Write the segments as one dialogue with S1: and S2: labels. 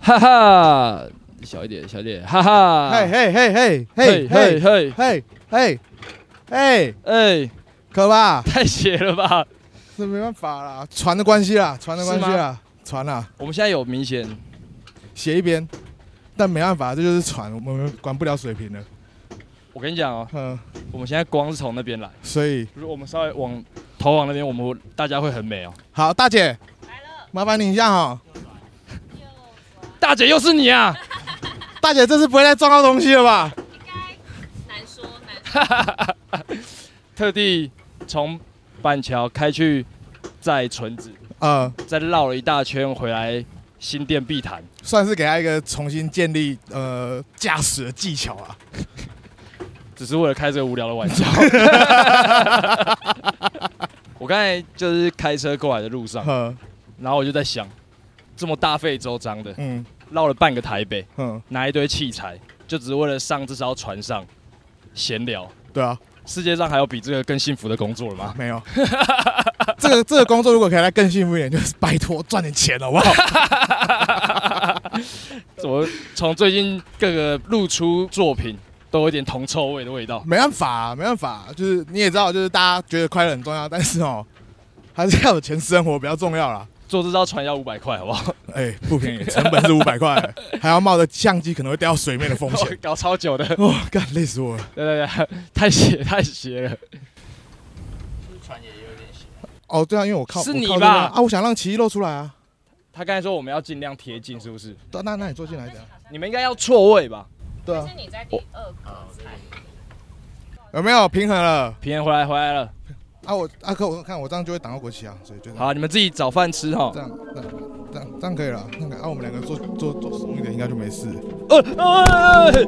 S1: 哈哈，小一点，小一点，哈哈，
S2: 嘿嘿嘿嘿
S1: 嘿
S2: 啊
S1: 嘿
S2: 嘿
S1: 嘿，
S2: 嘿嘿嘿嘿，
S1: 哎，
S2: 可吧？
S1: 太邪了吧！
S2: 这没办法啦，船的关系啦，船的关系
S1: 是
S2: 啦，船啦，
S1: 我们现在有明显，
S2: 斜一边，但没办法，这就是船，我们管不了水平了。
S1: 我跟你讲哦，
S2: 嗯，
S1: 我们现在光是从那边来，
S2: 所以
S1: 如果我们稍微往头往那边，我们大家会很美哦。
S2: 好，大姐，麻烦你一下哈，
S1: 大姐又是你啊！
S2: 大姐这次不会再撞到东西了吧？
S3: 应该难说难说。
S1: 特地从板桥开去载纯子，
S2: 呃，
S1: 再绕了一大圈回来新店碧潭。
S2: 算是给她一个重新建立呃驾驶的技巧啊。
S1: 只是为了开这个无聊的玩笑。 我刚才就是开车过来的路上，
S2: 嗯
S1: 然后我就在想，这么大费周章的
S2: 嗯
S1: 绕了半个台北，
S2: 嗯，
S1: 拿一堆器材，就只是为了上这艘船上闲聊。
S2: 对啊，
S1: 世界上还有比这个更幸福的工作了吗？
S2: 没有。 这个这个工作如果可以再更幸福一点，就是拜托赚点钱好不好？
S1: 怎么从最近各个露出作品都有点铜臭味的味道？
S2: 没办法、没办法、就是你也知道，就是大家觉得快乐很重要，但是哦， 还是要有钱生活比较重要啦。
S1: 坐这艘船要五百块，好不好？。
S2: 哎、不便宜，成本是五百块，还要冒着相机可能会掉到水面的风险
S1: 搞超久的，
S2: 哦，干，累死我了。
S1: 对对对，太邪太邪了。
S2: 哦，对啊，因为我靠，
S1: 是
S2: 我靠
S1: 你
S2: 这个
S1: 吧
S2: 啊，我想让奇艺露出来啊。
S1: 他刚才说我们要尽量贴近，是不是？
S2: 对啊那那你坐进来的，
S1: 你们应该要错位吧？
S2: 对
S3: 但
S2: 啊
S3: 是，你在第二个才
S2: 有没有平衡了？
S1: 平安回来回来了，
S2: 啊，我啊可我看我这样就会挡到国旗啊，所以就这样
S1: 好，你们自己找饭吃哈
S2: 这。样这样这样这样可以了。那个啊，我们两个坐坐坐松一点，应该就没事。
S1: 呃呃，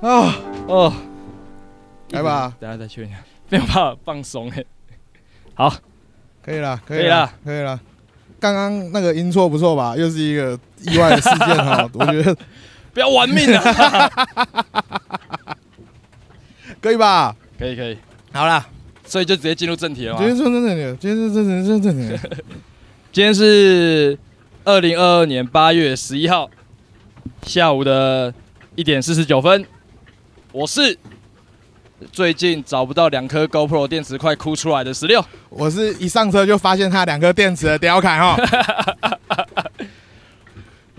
S2: 啊，
S1: 哦，
S2: 来吧，
S1: 等一下再确认一下，没有办法放松哎。好，
S2: 可以了，可
S1: 可以
S2: 以
S1: 啦
S2: 了，可以了。刚刚那个音错不错吧？又是一个意外的事件 哈，我觉得
S1: 不要玩命啊！
S2: 可以吧？
S1: 可以可以，
S2: 好啦，
S1: 所以就直接进入正题了
S2: 今天
S1: 吗？
S2: 是真正的，今天是真正的，真正的。
S1: 今天是二零二二年八月十一号下午的一点四十九分，我是最近找不到两颗 GoPro 电池快哭出来的十六。
S2: 我是一上车就发现它两颗电池的雕凯哈，来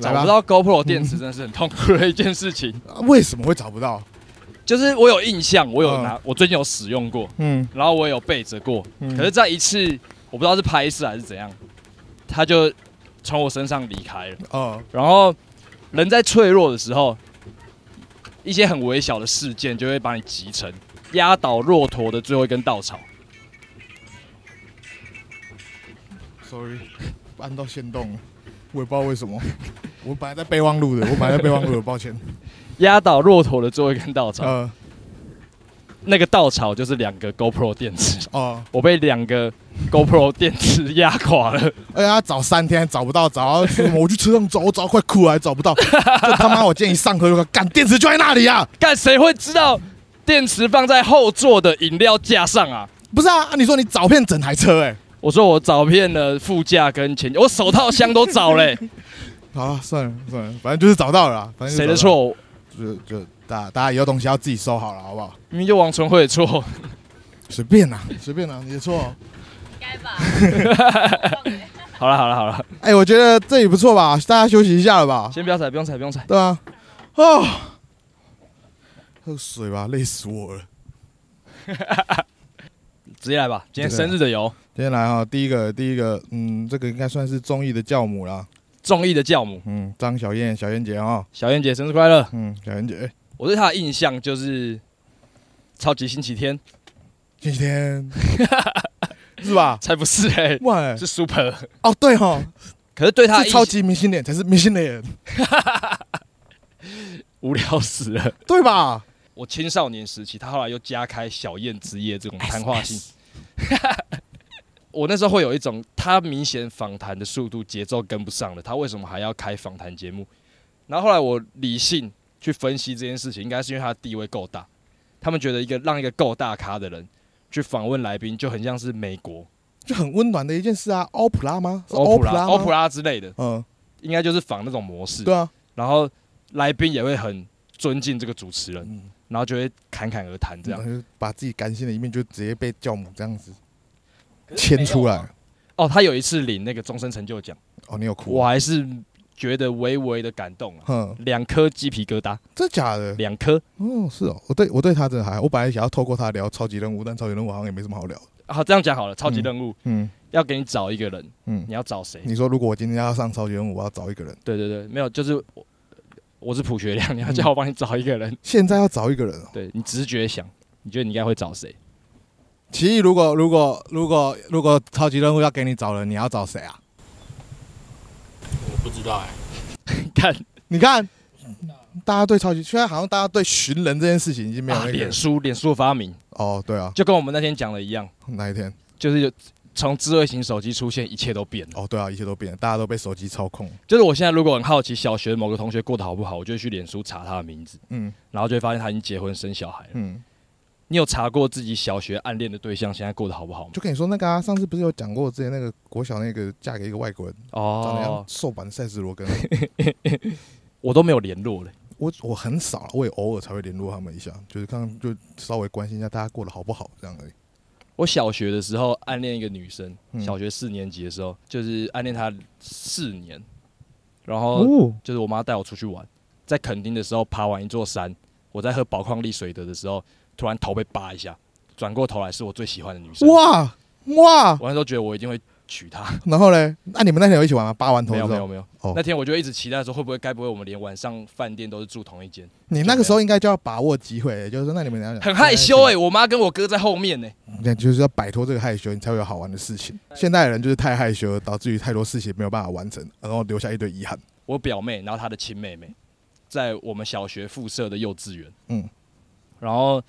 S1: 找不
S2: 吧，
S1: 到 GoPro 电池真的是很痛苦的一件事情。
S2: 为什么会找不到？
S1: 就是我有印象，我有拿，我最近有使用过，
S2: 嗯，
S1: 然后我也有备着过。
S2: 嗯
S1: 可是，在一次我不知道是拍摄还是怎样，它就从我身上离开了。
S2: 哦，
S1: 然后，人在脆弱的时候，一些很微小的事件就会把你击沉，压倒骆驼的最后一根稻草。
S2: Sorry，按到线动了，我也不知道为什么。我本来在备忘录的，我本来在备忘录的，抱歉。
S1: 压倒骆驼的最后一根稻草，
S2: 呃，
S1: 那个稻草就是两个 GoPro 电池，
S2: 哦，
S1: 我被两个 GoPro 电池 压垮了。
S2: 而且他找哎三天还找不到，找到说什么我去车上找，我找到快哭啊了还找不到。 就他妈我今天一上课就说，干电池就在那里啊！
S1: 干谁会知道电池放在后座的饮料架上啊？
S2: 不是啊，啊你说你找遍整台车哎、
S1: 我说我找遍了副驾跟前，我手套箱都找嘞、
S2: 好了，啊算了算了，反正就是找到了啦，反 正
S1: 谁
S2: 就
S1: 的
S2: 是找到了？
S1: 错？
S2: 就就大家大家以后东西要自己收好了，好不好？
S1: 明明就王纯慧的 错。
S2: 随便啦，随便啦，你的错哦。
S3: 应该吧。我忘了
S1: 好了好了好了，
S2: 哎、我觉得这里不错吧，大家休息一下了吧？
S1: 先不要踩，不用踩，不用踩。
S2: 对啊，哦，喝水吧，累死我了。
S1: 直接来吧，今天生日的油，
S2: 今天来哈，第一个，第一个，嗯，这个应该算是综艺的教母啦，
S1: 综艺的教母
S2: 嗯，张小燕，小燕姐哦哈，
S1: 小燕姐生日快乐。
S2: 嗯，小燕姐，
S1: 我对她的印象就是超级星期天，
S2: 星期天是吧？
S1: 才不是哎、
S2: 哇、欸，
S1: 是 Super。
S2: 哦对哈，
S1: 可是对她的
S2: 是
S1: 印
S2: 超级明星脸才是明星脸，
S1: 无聊死了。
S2: 对吧？
S1: 我青少年时期，她后来又加开小燕之夜这种谈话性。 我那时候会有一种，她明显访谈的速度节奏跟不上了，她为什么还要开访谈节目？然后后来我理性去分析这件事情，应该是因为她的地位够大，他们觉得一个让一个够大咖的人去访问来宾，就很像是美国
S2: 就很温暖的一件事啊，欧普拉吗？是
S1: 欧普拉、
S2: 拉，
S1: 欧普，拉之类的，
S2: 嗯，
S1: 应该就是仿那种模式。
S2: 对啊，
S1: 然后来宾也会很尊敬这个主持人，
S2: 嗯，
S1: 然后就会侃侃而谈这样。
S2: 然后就把自己感性的一面就直接被教母这样子牵出来。
S1: 哦，他有一次领那个终身成就奖，
S2: 哦，你有哭？
S1: 我，还是觉得微微的感动啊，
S2: 哼，
S1: 两颗鸡皮疙瘩，
S2: 真假的？
S1: 两颗。
S2: 哦，是哦，我对我对他真的还好，我本来想要透过他聊超级任务，但超级任务好像也没什么好聊的。
S1: 好，这样讲好了，超级任务、
S2: 嗯
S1: 要给你找一个人，
S2: 嗯，
S1: 你要找谁？
S2: 你说如果我今天要上超级任务，我要找一个人，
S1: 对对对，没有，就是我，我是朴学亮，
S2: 嗯
S1: 你要叫我帮你找一个人，
S2: 现在要找一个人哦。
S1: 对你直觉想，你觉得你应该会找谁？
S2: 奇艺，如果如果如果如果超级任务要给你找人，你要找谁啊？
S4: 我不知道哎、
S1: 看
S2: 你看，大家对超级现在好像大家对寻人这件事情已经没有
S1: 啊，
S2: 那
S1: 脸
S2: 个
S1: 书，脸书的发明，
S2: 哦，对啊，
S1: 就跟我们那天讲的一样，
S2: 哪一天？
S1: 就是有从智慧型手机出现，一切都变了。
S2: 哦，对啊，一切都变了，大家都被手机操控。
S1: 就是我现在如果很好奇小学某个同学过得好不好，我就会去脸书查他的名字，
S2: 嗯
S1: 然后就会发现他已经结婚生小孩了。
S2: 嗯，
S1: 你有查过自己小学暗恋的对象现在过得好不好吗？
S2: 就跟你说那个啊，上次不是有讲过之前那个国小那个嫁给一个外国人，长得像
S1: 哦，
S2: 瘦版塞斯 罗根，
S1: 我都没有联络了。
S2: 我我很少啊了，我也偶尔才会联络他们一下，就是刚刚就稍微关心一下大家过得好不好这样而已。
S1: 我小学的时候暗恋一个女生，
S2: 嗯
S1: 小学四年级的时候就是暗恋她四年，然后
S2: 哦，
S1: 就是我妈带我出去玩，在垦丁的时候爬完一座山，我在喝宝矿力水的的时候，突然头被扒一下，转过头来是我最喜欢的女生。我
S2: 哇哇，
S1: 那时候觉得我一定会娶她，
S2: 然后嘞，那、你们那天有一起玩吗？扒完头
S1: 没有
S2: 之
S1: 没有
S2: 后，
S1: 没有。
S2: 哦
S1: 那天我就一直期待说，会不会该不会我们连晚上饭店都是住同一 间？
S2: 你那个时候应该就要把握机会、就是说那你们俩
S1: 很害羞哎、，我妈跟我哥在后面呢、
S2: 那就是要摆脱这个害羞，你才会有好玩的事情。现代人就是太害羞了，导致于太多事情没有办法完成，然后留下一堆遗憾。
S1: 我表妹，然后她的亲妹妹，在我们小学附设的幼稚园。
S2: 嗯
S1: 嗯，然后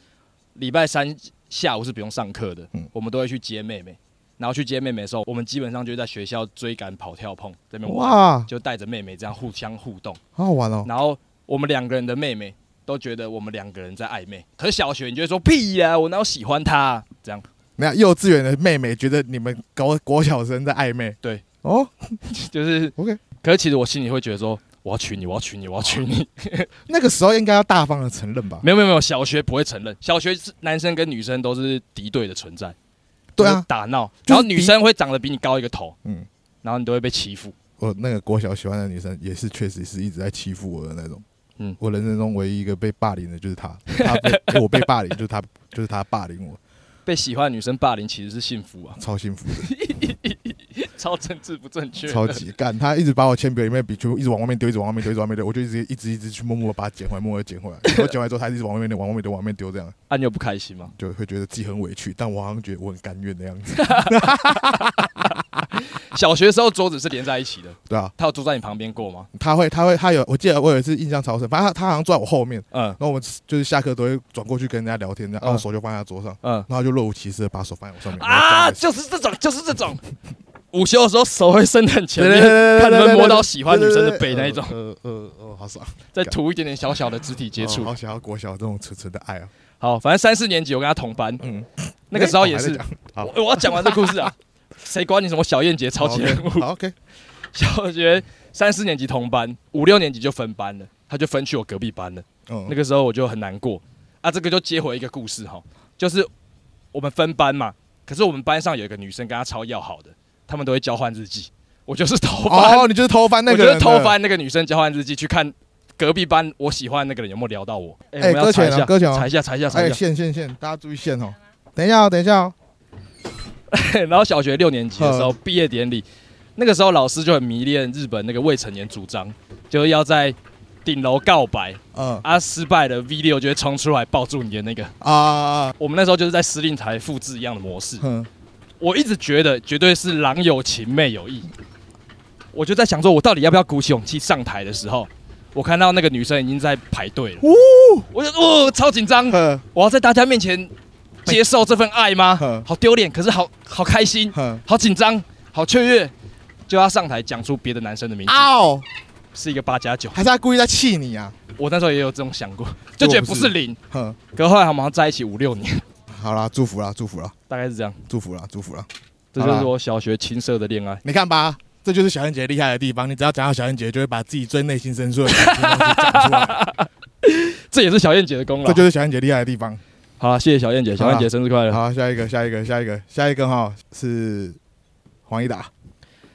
S1: 礼拜三下午是不用上课的，
S2: 嗯
S1: 我们都会去接妹妹。然后去接妹妹的时候，我们基本上就在学校追赶跑跳碰这边玩，
S2: 哇，
S1: 就带着妹妹这样互相互动。
S2: 好好玩哦！
S1: 然后我们两个人的妹妹都觉得我们两个人在暧昧，可是小学你就会说屁呀、我哪有喜欢她啊、这样
S2: 没有幼稚园的妹妹觉得你们国国小生在暧昧，
S1: 对
S2: 哦，
S1: 就是
S2: OK
S1: 可是其实我心里会觉得说，我要娶你，我要娶你，我要娶你。
S2: 那个时候应该要大方的承认吧？
S1: 没有没有没有，小学不会承认，小学是男生跟女生都是敌对的存在，
S2: 对
S1: 就
S2: 啊
S1: 是，打闹，
S2: 就是
S1: 然后女生会长得比你高一个头，
S2: 嗯
S1: 嗯，然后你都会被欺负，
S2: 我那个国小喜欢的女生也是确实是一直在欺负我的那种。嗯
S1: 嗯，
S2: 我人生中唯一一个被霸凌的就是她，她被 我被霸凌就是她，就是她霸凌我，
S1: 被喜欢的女生霸凌其实是幸福啊，
S2: 超幸福的，
S1: 超政治不正 确，
S2: 超级干。她一直把我铅笔里面笔全部一直往外面丢，一直往外面丢，一直往外面丢，我就一直一直一直去默默地把它捡回来，默默地捡回来。我捡回来之后，她一直往外面丢，往外面丢，往外面丢，这样
S1: 啊，你有不开心吗？
S2: 就会觉得自己很委屈，但我好像觉得我很甘愿的样子，
S1: 小学的时候桌子是连在一起的，
S2: 对啊，
S1: 他有坐在你旁边过吗？
S2: 她会，她会，她有，我记得我有一次印象超深，反正她她好像坐在我后面，
S1: 嗯
S2: 然后我们就是下课都会转过去跟人家聊天，这样，然后
S1: 嗯
S2: 我手就放在她桌上，
S1: 嗯，
S2: 然后她就若无其事的把手放在我上面然后这样
S1: 啊，
S2: 子
S1: 就是这种，就是这种，午休的时候手会伸很前
S2: 对对
S1: 面，
S2: 对
S1: 看能不能摸到喜欢女生的背那一种，
S2: 呃呃呃，好爽，
S1: 再涂一点点小小的肢体接
S2: 哦
S1: 触
S2: 好。想要国小这种纯纯的爱啊。
S1: 好，反正三四年级我跟他同班，
S2: 嗯，
S1: 那个时候也
S2: 哎
S1: 是
S2: 我还。在讲好
S1: 我我要讲完这故事 啊，谁管你什么小燕姐超级人物？
S2: 好 OK，
S1: 小学三四年级同班，五六年级就分班了，他就分去我隔壁班了。
S2: 嗯，
S1: 那个时候我就很难过啊，这个就接回一个故事哈，就是我们分班嘛，可是我们班上有一个女生跟她超要好的，他们都会交换日记。我就是偷翻，
S2: 哦，你就是偷翻那个
S1: 我就是
S2: 人的
S1: 偷。翻那个女生交换日记去看隔壁班我喜欢那个人有没有聊到我。哎
S2: 哎
S1: 我们要
S2: 搁
S1: 查
S2: 浅
S1: 一
S2: 了
S1: 下，
S2: 搁浅了
S1: 查一下，查一下，查
S2: 哎，
S1: 一下。
S2: 线线线，大家注意线哦。等一下哦，等一下哦。
S1: 然后小学六年级的时候毕业典礼，那个时候老师就很迷恋日本那个未成年主张，就是要在顶楼告白
S2: 嗯
S1: 啊，失败了 V 六就会冲出来抱住你的那个。
S2: 啊啊，啊
S1: 我们那时候就是在司令台复制一样的模式。
S2: 哼，
S1: 我一直觉得绝对是郎有情妹有意，我就在想说，我到底要不要鼓起勇气上台的时候，我看到那个女生已经在排队 了，
S2: 呜，
S1: 我就哦超紧张，
S2: 哼
S1: 我要在大家面前接受这份爱吗
S2: 呵？
S1: 好丢脸，可是好好开心，
S2: 哼，
S1: 好紧张，好雀跃，就要上台讲出别的男生的名字，
S2: 哦，
S1: 是一个八加九。
S2: 还是他故意在气你啊？
S1: 我那时候也有这种想过，就觉得不是零，
S2: 哼，
S1: 可后来我们好像在一起五六年，
S2: 好啦，祝福啦，祝福啦，
S1: 大概是这样。
S2: 祝福啦，祝福啦。
S1: 这
S2: 好啦
S1: 就是我小学青涩的恋爱。
S2: 你看吧，这就是小燕姐厉害的地方。你只要讲到小燕姐，就会把自己最内心深处的感情东西讲出来，
S1: 这也是小燕姐的功劳。
S2: 这就是小燕姐厉害的地方。
S1: 好了，谢谢小燕姐，小燕姐生日快乐！
S2: 好，下一个，下一个，下一个，下一个哈是黄义达，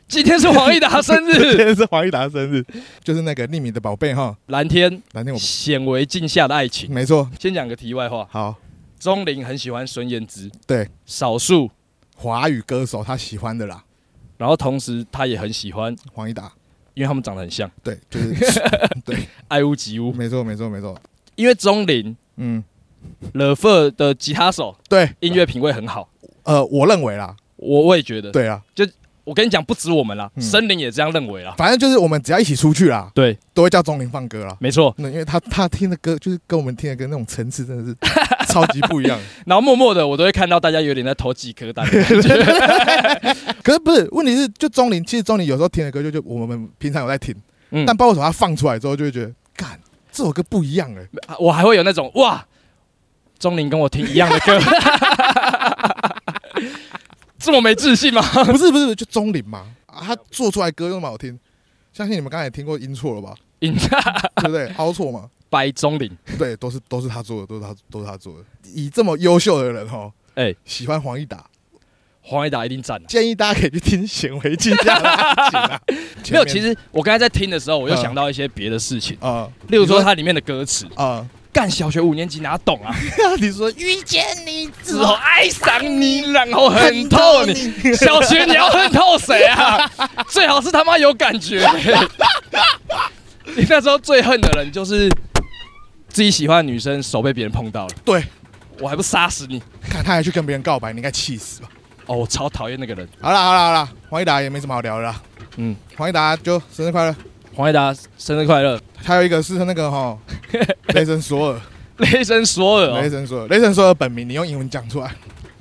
S1: 今天是黄义达生
S2: 今
S1: 日，
S2: 天是黄义达的生日，就是那个匿名的宝贝哈。
S1: 蓝天
S2: 蓝天我
S1: 显微镜下的爱情。
S2: 没错，
S1: 先讲个题外话，
S2: 好，
S1: 钟林很喜欢孙燕姿，
S2: 对，
S1: 少数，
S2: 华语歌手他喜欢的啦，
S1: 然后同时他也很喜欢，
S2: 黄义达，
S1: 因为他们长得很像，
S2: 对，就是 对，
S1: 爱屋及乌。
S2: 没错，没错，没错，
S1: 因为钟林
S2: 嗯，
S1: Le f e 的吉他手
S2: 对，
S1: 音乐品味很好，
S2: 呃，我认为啦，
S1: 我我也觉得。
S2: 对啊，
S1: 我跟你讲，不止我们啦，
S2: 嗯
S1: 森林也这样认为啦。
S2: 反正就是我们只要一起出去啦，
S1: 对，
S2: 都会叫钟林放歌啦。
S1: 没错。
S2: 那因为他他听的歌就是跟我们听的歌那种层次真的 是超级不一样。
S1: 然后默默的，我都会看到大家有点在投几颗蛋的感觉。
S2: 可是不是问题是，就钟林，其实钟林有时候听的歌就就我们平常有在听，
S1: 嗯
S2: 但包括什么他放出来之后就会觉得，干这首歌不一样哎、
S1: 我还会有那种哇，钟林跟我听一样的 歌，这么没自 信吗？
S2: 不是不是，就钟林嘛，啊，他做出来歌又那么好听，相信你们刚才也听过音错了吧，
S1: In
S2: 对不对？凹错嘛，
S1: 白钟林，
S2: 对，都是都是他做的，都是他都是他做的。以这么优秀的人哦，
S1: 哎
S2: 喜欢黄义达，
S1: 黄义达一定赞了。啊
S2: 建议大家可以去听显微镜这样的爱情啊。
S1: 没有，其
S2: 前面
S1: 实我刚才在听的时候，我又想到一些别的事情，
S2: 啊
S1: 例嗯如说它里面的歌词，
S2: 啊，
S1: 干小学五年级哪懂啊，
S2: 你说遇见你
S1: 之后爱上你，然后恨透你。
S2: 你
S1: 小学你要恨透谁 啊？最好是他妈有感觉、 你那时候最恨的人就是自己喜欢的女生手被别人碰到了，
S2: 对，
S1: 我还不杀死你？
S2: 看他还去跟别人告白，你应该气死吧？
S1: 哦，我超讨厌那个人。
S2: 好啦好啦好啦，黄义达也没什么好聊的啦。
S1: 嗯，
S2: 黄义达就生日快乐。
S1: 黄义达生日快乐，
S2: 还有一个是那个哈，雷神索尔，
S1: 雷神索尔、
S2: 雷
S1: 哦，
S2: 神索尔，雷神索尔本名你用英文讲出来。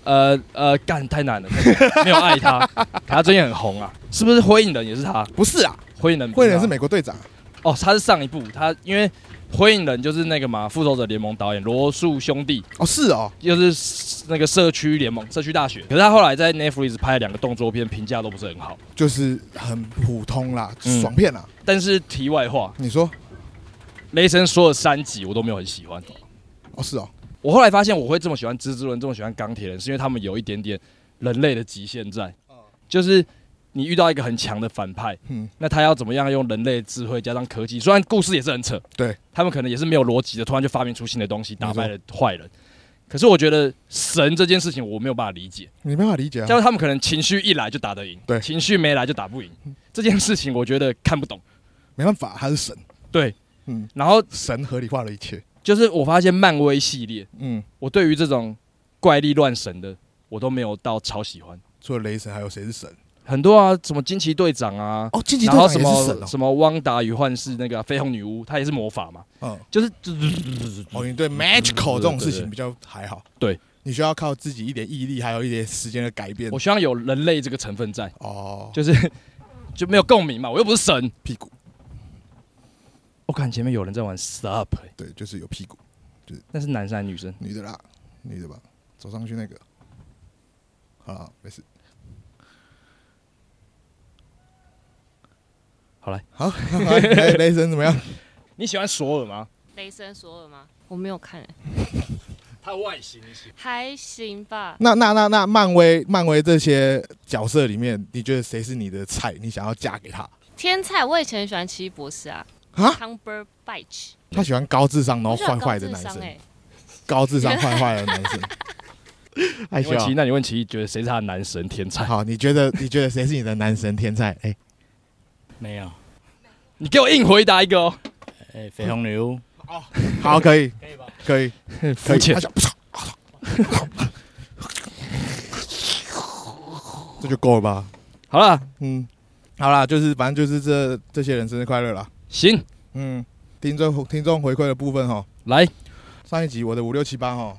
S1: 呃呃，干太难了， 没有爱他，可他最近很红啊，是不是？灰影人也是他，
S2: 不是啊，
S1: 灰影人不他，
S2: 惠人是美国队长。
S1: 哦，他是上一部，他因为灰影人就是那个嘛，复仇者联盟导演罗素兄弟，
S2: 哦，是哦，
S1: 又是那个社区联盟、社区大学，可是他后来在 Netflix 拍了两个动作片，评价都不是很好。
S2: 就是很普通啦，
S1: 嗯
S2: 爽片啊啦。
S1: 但是题外话，
S2: 你说
S1: 雷神所有三集我都没有很喜欢。
S2: 哦，是哦，
S1: 我后来发现我会这么喜欢蜘蛛人，这么喜欢钢铁人，是因为他们有一点点人类的极限在，就是你遇到一个很强的反派，
S2: 嗯，
S1: 那他要怎么样用人类的智慧加上科技？虽然故事也是很扯，
S2: 对
S1: 他们可能也是没有逻辑的，突然就发明出新的东西，打败了坏人。可是我觉得神这件事情我没有办法理解，
S2: 你没办法理解啊
S1: 但。是他们可能情绪一来就打得赢，
S2: 对
S1: 情绪没来就打不赢，这件事情我觉得看不懂。
S2: 没办法，他是神，
S1: 对，
S2: 嗯，
S1: 然后
S2: 神合理化了一切，
S1: 就是我发现漫威系列，
S2: 嗯，
S1: 我对于这种怪力乱神的，我都没有到超喜欢。
S2: 除了雷神，还有谁是神？
S1: 很多啊，什么惊奇队长啊，
S2: 哦，惊奇
S1: 然
S2: 队
S1: 后
S2: 长
S1: 什
S2: 也是神
S1: 么
S2: 哦，
S1: 什么汪达与幻视那个啊绯红女巫，她也是魔法嘛，
S2: 嗯，
S1: 就是
S2: 哦，你对 magical
S1: 嗯对对对
S2: 这种事情比较还好，
S1: 对，
S2: 你需要靠自己一点毅力，还有一点时间的改变
S1: 我。希望有人类这个成分在，
S2: 哦，
S1: 就是就没有共鸣嘛，我又不是神。
S2: 屁股，
S1: 我看前面有人在玩 Sup，、欸、
S2: 对，就是有屁股，
S1: 那是男生还是女生？
S2: 女的啦，女的吧，走上去那个，好啦，没事，
S1: 好来，
S2: 好，来来雷神怎么样？
S1: 你喜欢索尔吗？
S3: 雷神索尔吗？我没有看、欸，
S4: 它的外形你喜欢
S3: 还行吧。
S2: 那那那那漫威漫威这些角色里面，你觉得谁是你的菜？你想要嫁给他
S3: 天菜，我以前很喜欢奇异博士啊
S2: 啊？
S3: ，Cumberbatch，
S2: 他喜欢高智商然后
S3: 我觉得
S2: 坏
S3: 很高
S2: 坏的
S3: 智
S2: 男
S3: 商
S2: 生，
S3: 欸
S2: 高智商坏坏的男生。 害
S1: 你
S2: 羞
S1: 问
S2: 啊
S1: 奇，那你问奇，觉得谁是他的男神天才？
S2: 好，你觉得你觉得谁是你的男神天才？哎，
S4: 没有？
S1: 你给我硬回答一个哦，
S4: 哎，绯红女巫
S2: 好，可以，
S4: 可以吧？
S2: 可 以，可
S1: 肤
S2: 以。
S1: 浅
S2: 他。想，这就够了吧？
S1: 好了，
S2: 嗯，好啦，就是反正就是这这些人生日快乐啦。
S1: 行，
S2: 嗯，听众听众回馈的部分哈，
S1: 来，
S2: 上一集我的五六七八哈，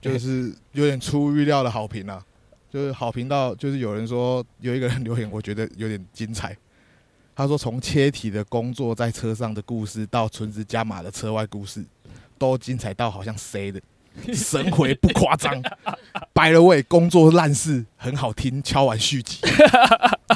S2: 就是有点出预料的好评啊，就是好评到就是有人说有一个人留言，我觉得有点精彩。他说从切题的工作在车上的故事，到纯子加码的车外故事，都精彩到好像谁的神回不夸张。白了位工作烂事很好听，敲完续集，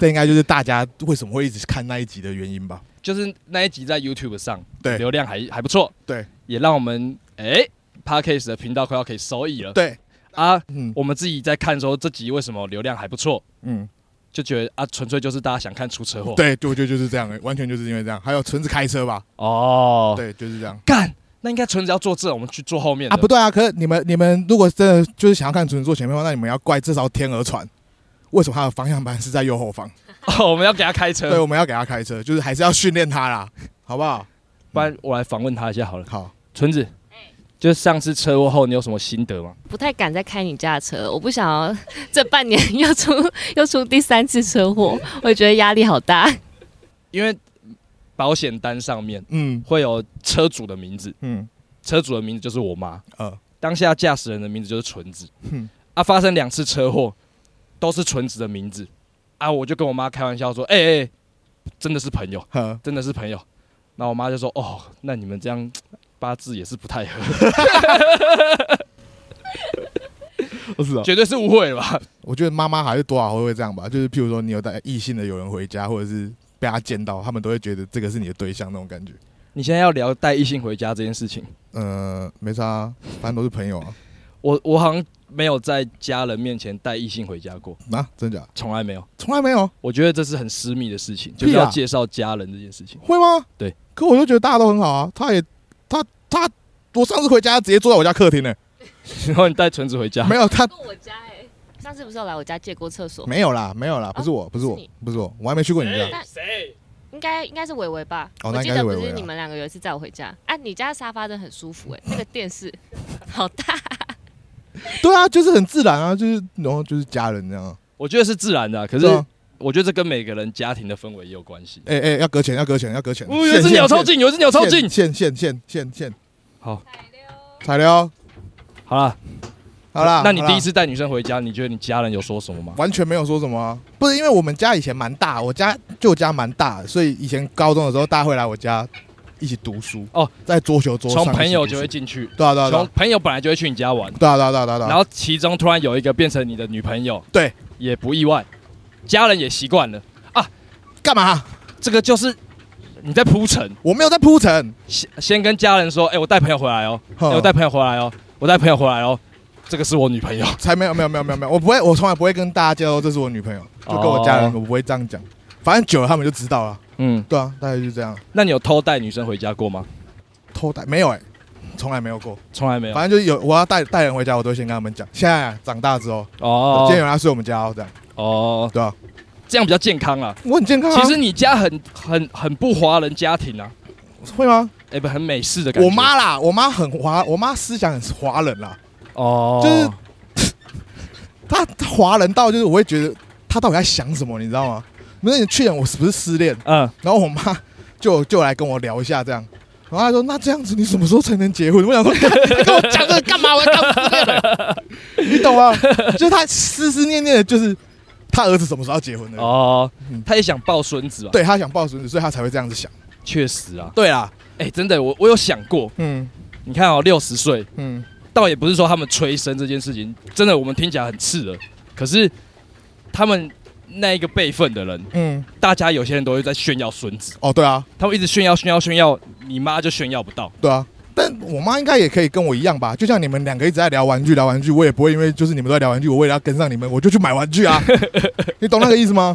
S2: 这应该就是大家为什么会一直看那一集的原因吧？
S1: 就是那一集在 YouTube 上
S2: 对
S1: 流量还还不错，
S2: 对，
S1: 也让我们哎、p a r k a s 的频道快要可以收益了。
S2: 对，
S1: 啊，
S2: 嗯
S1: 我们自己在看说这集为什么流量还不错，
S2: 嗯。
S1: 就觉得啊，纯粹就是大家想看出车祸。
S2: 对，就我觉得就是这样、完全就是因为这样。还有纯子开车吧，
S1: 哦，
S2: 对，就是这样
S1: 干，那应该纯子要坐这，我们去坐后面的
S2: 啊，不对啊。可是你们你们如果真的就是想要看纯子坐前面的话，那你们要怪这艘天鹅船为什么它的方向盘是在右后方？
S1: 哦，我们要给他开
S2: 对，
S1: 车。
S2: 我们要给它开车，就是还是要训练它啦，好不好？
S1: 不然我来访问他一下好了。
S2: 好，
S1: 纯子，
S3: 哎
S1: 就是上次车祸后你有什么心得吗？
S3: 不太敢再开你家的车，我不想要这半年又出又出第三次车祸，我觉得压力好 大。
S1: 因为保险单上面
S2: 嗯
S1: 会有车主的名字，
S2: 嗯
S1: 车主的名字就是我妈，
S2: 呃，
S1: 当下驾驶人的名字就是纯子。
S2: 嗯
S1: 啊，发生两次车祸，都是纯子的名字。啊，我就跟我妈开玩笑说，哎、哎、哎真的是朋友，
S2: 呵，
S1: 真的是朋友。那我妈就说，哦，那你们这样八字也是不太合，
S2: 不是哦。
S1: 绝对是误会了吧？
S2: 我觉得妈妈还是多少会会这样吧，就是譬如说你有带异性的有人回家，或者是被他见到，他们都会觉得这个是你的对象那种感觉。
S1: 你现在要聊带异性回家这件事情，
S2: 呃，没啥、啊，反正都是朋友啊。
S1: 我我好像没有在家人面前带异性回家过，
S2: 啊，真假？
S1: 从来没有。
S2: 从来没有。
S1: 我觉得这是很私密的事情，
S2: 屁
S1: 就
S2: 啊
S1: 是要介绍家人这件事情。
S2: 会吗？
S1: 对。
S2: 可我就觉得大家都很好啊，他也他他，我上次回家直接坐在我家客厅呢、
S1: 然后你带纯子回家，
S2: 没有他
S3: 过我家哎，上次不是有来我家借过厕所？
S2: 没有啦，没有啦，不是我，哦不是哎我
S3: 是你，
S2: 不是我，我还没去过你家。
S3: 但
S4: 谁？
S3: 应该应该是伟伟吧？
S2: 哦那
S3: 我记
S2: 应该
S3: 得
S2: 是
S3: 不
S2: 伟伟啊
S3: 是你们两个有一次载我回家，啊，你家的沙发真的很舒服哎、那个电视好大，
S2: 对啊，就是很自然啊，就是然后就是家人这样啊。
S1: 我觉得是自然的啊、可是
S2: 对啊
S1: 我觉得这跟每个人家庭的氛围也有关系。
S2: 哎哎、要隔钱，要隔钱，要隔钱。
S1: 哦，有一只
S2: 线
S1: 鸟超，近，有一只鸟超
S2: 线
S1: 近。
S2: 线线线线线，
S1: 好，
S2: 踩溜，
S1: 好啦，
S2: 好啦。
S1: 那你
S2: 好啦
S1: 第一次带女生回家，你觉得你家人有说什么吗？
S2: 完全没有说什么啊、不是因为我们家以前蛮大，我家就我家蛮大，所以以前高中的时候，大家会来我家一起读书
S1: 哦，
S2: 在桌球桌上
S1: 从朋友
S2: 一起
S1: 就
S2: 读书
S1: 会进去，
S2: 对啊对啊对
S1: 从
S2: 啊
S1: 朋友本来就会去你家玩，
S2: 对啊对啊对啊对啊对啊
S1: 然后其中突然有一个变成你的女朋友，
S2: 对，
S1: 也不意外，家人也习惯了。
S2: 干嘛、啊
S1: 这个就是你在铺陈，
S2: 我没有在铺陈，
S1: 先先跟家人说，哎、我带朋友回来哦，哎我带朋友回来哦，我带朋友回来哦，这个是我女朋友。
S2: 才没有没有没有没有没有，我不会，我从来不会跟大家介绍说这是我女朋友，
S1: 哦
S2: 就跟我家人，我不会这样讲。反正久了他们就知道了，
S1: 嗯，
S2: 对啊，大概就是这样。
S1: 那你有偷带女生回家过吗？
S2: 偷带没有哎、从来没有过。
S1: 从来没有。
S2: 反正就是有我要带带人回家，我都会先跟他们讲。现在、啊、长大之后，今天
S1: 哦
S2: 有人要睡我们家哦，这样
S1: 哦，
S2: 对啊，
S1: 这样比较健康啊。
S2: 我很健康、啊。
S1: 其实你家很很很不华人家庭啊，
S2: 会吗？
S1: 哎、不很美式的感觉。
S2: 我妈啦，我妈很华，我妈思想很华人啦，
S1: 哦，
S2: 就是 她她华人到就是我会觉得她到底在想什么，你知道吗？不是你去年我是不是失恋？
S1: 嗯，
S2: 然后我妈就就来跟我聊一下这样，然后她说：“那这样子你什么时候才能结婚？”我想说， 干你跟我讲这个干嘛？我要搞失恋了，你懂吗？就是她思思念念的，就是她儿子什么时候要结婚的。
S1: 哦
S2: 嗯，
S1: 他也想抱孙子啊。，
S2: 对她想抱孙子，所以她才会这样子想。
S1: 确实啊。
S2: 对啦，
S1: 哎、真的，我我有想过，
S2: 嗯
S1: 你看哦，六十岁，
S2: 嗯，
S1: 倒也不是说他们催生这件事情，真的我们听起来很刺耳，可是他们那一个辈分的人，
S2: 嗯，
S1: 大家有些人都会在炫耀孙子，
S2: 哦，对啊，
S1: 他们一直炫耀炫耀炫耀，你妈就炫耀不到。
S2: 对啊，但我妈应该也可以跟我一样吧，就像你们两个一直在聊玩具，聊玩具，我也不会因为就是你们都在聊玩具，我为了要跟上你们，我就去买玩 具啊，你懂那个意思吗？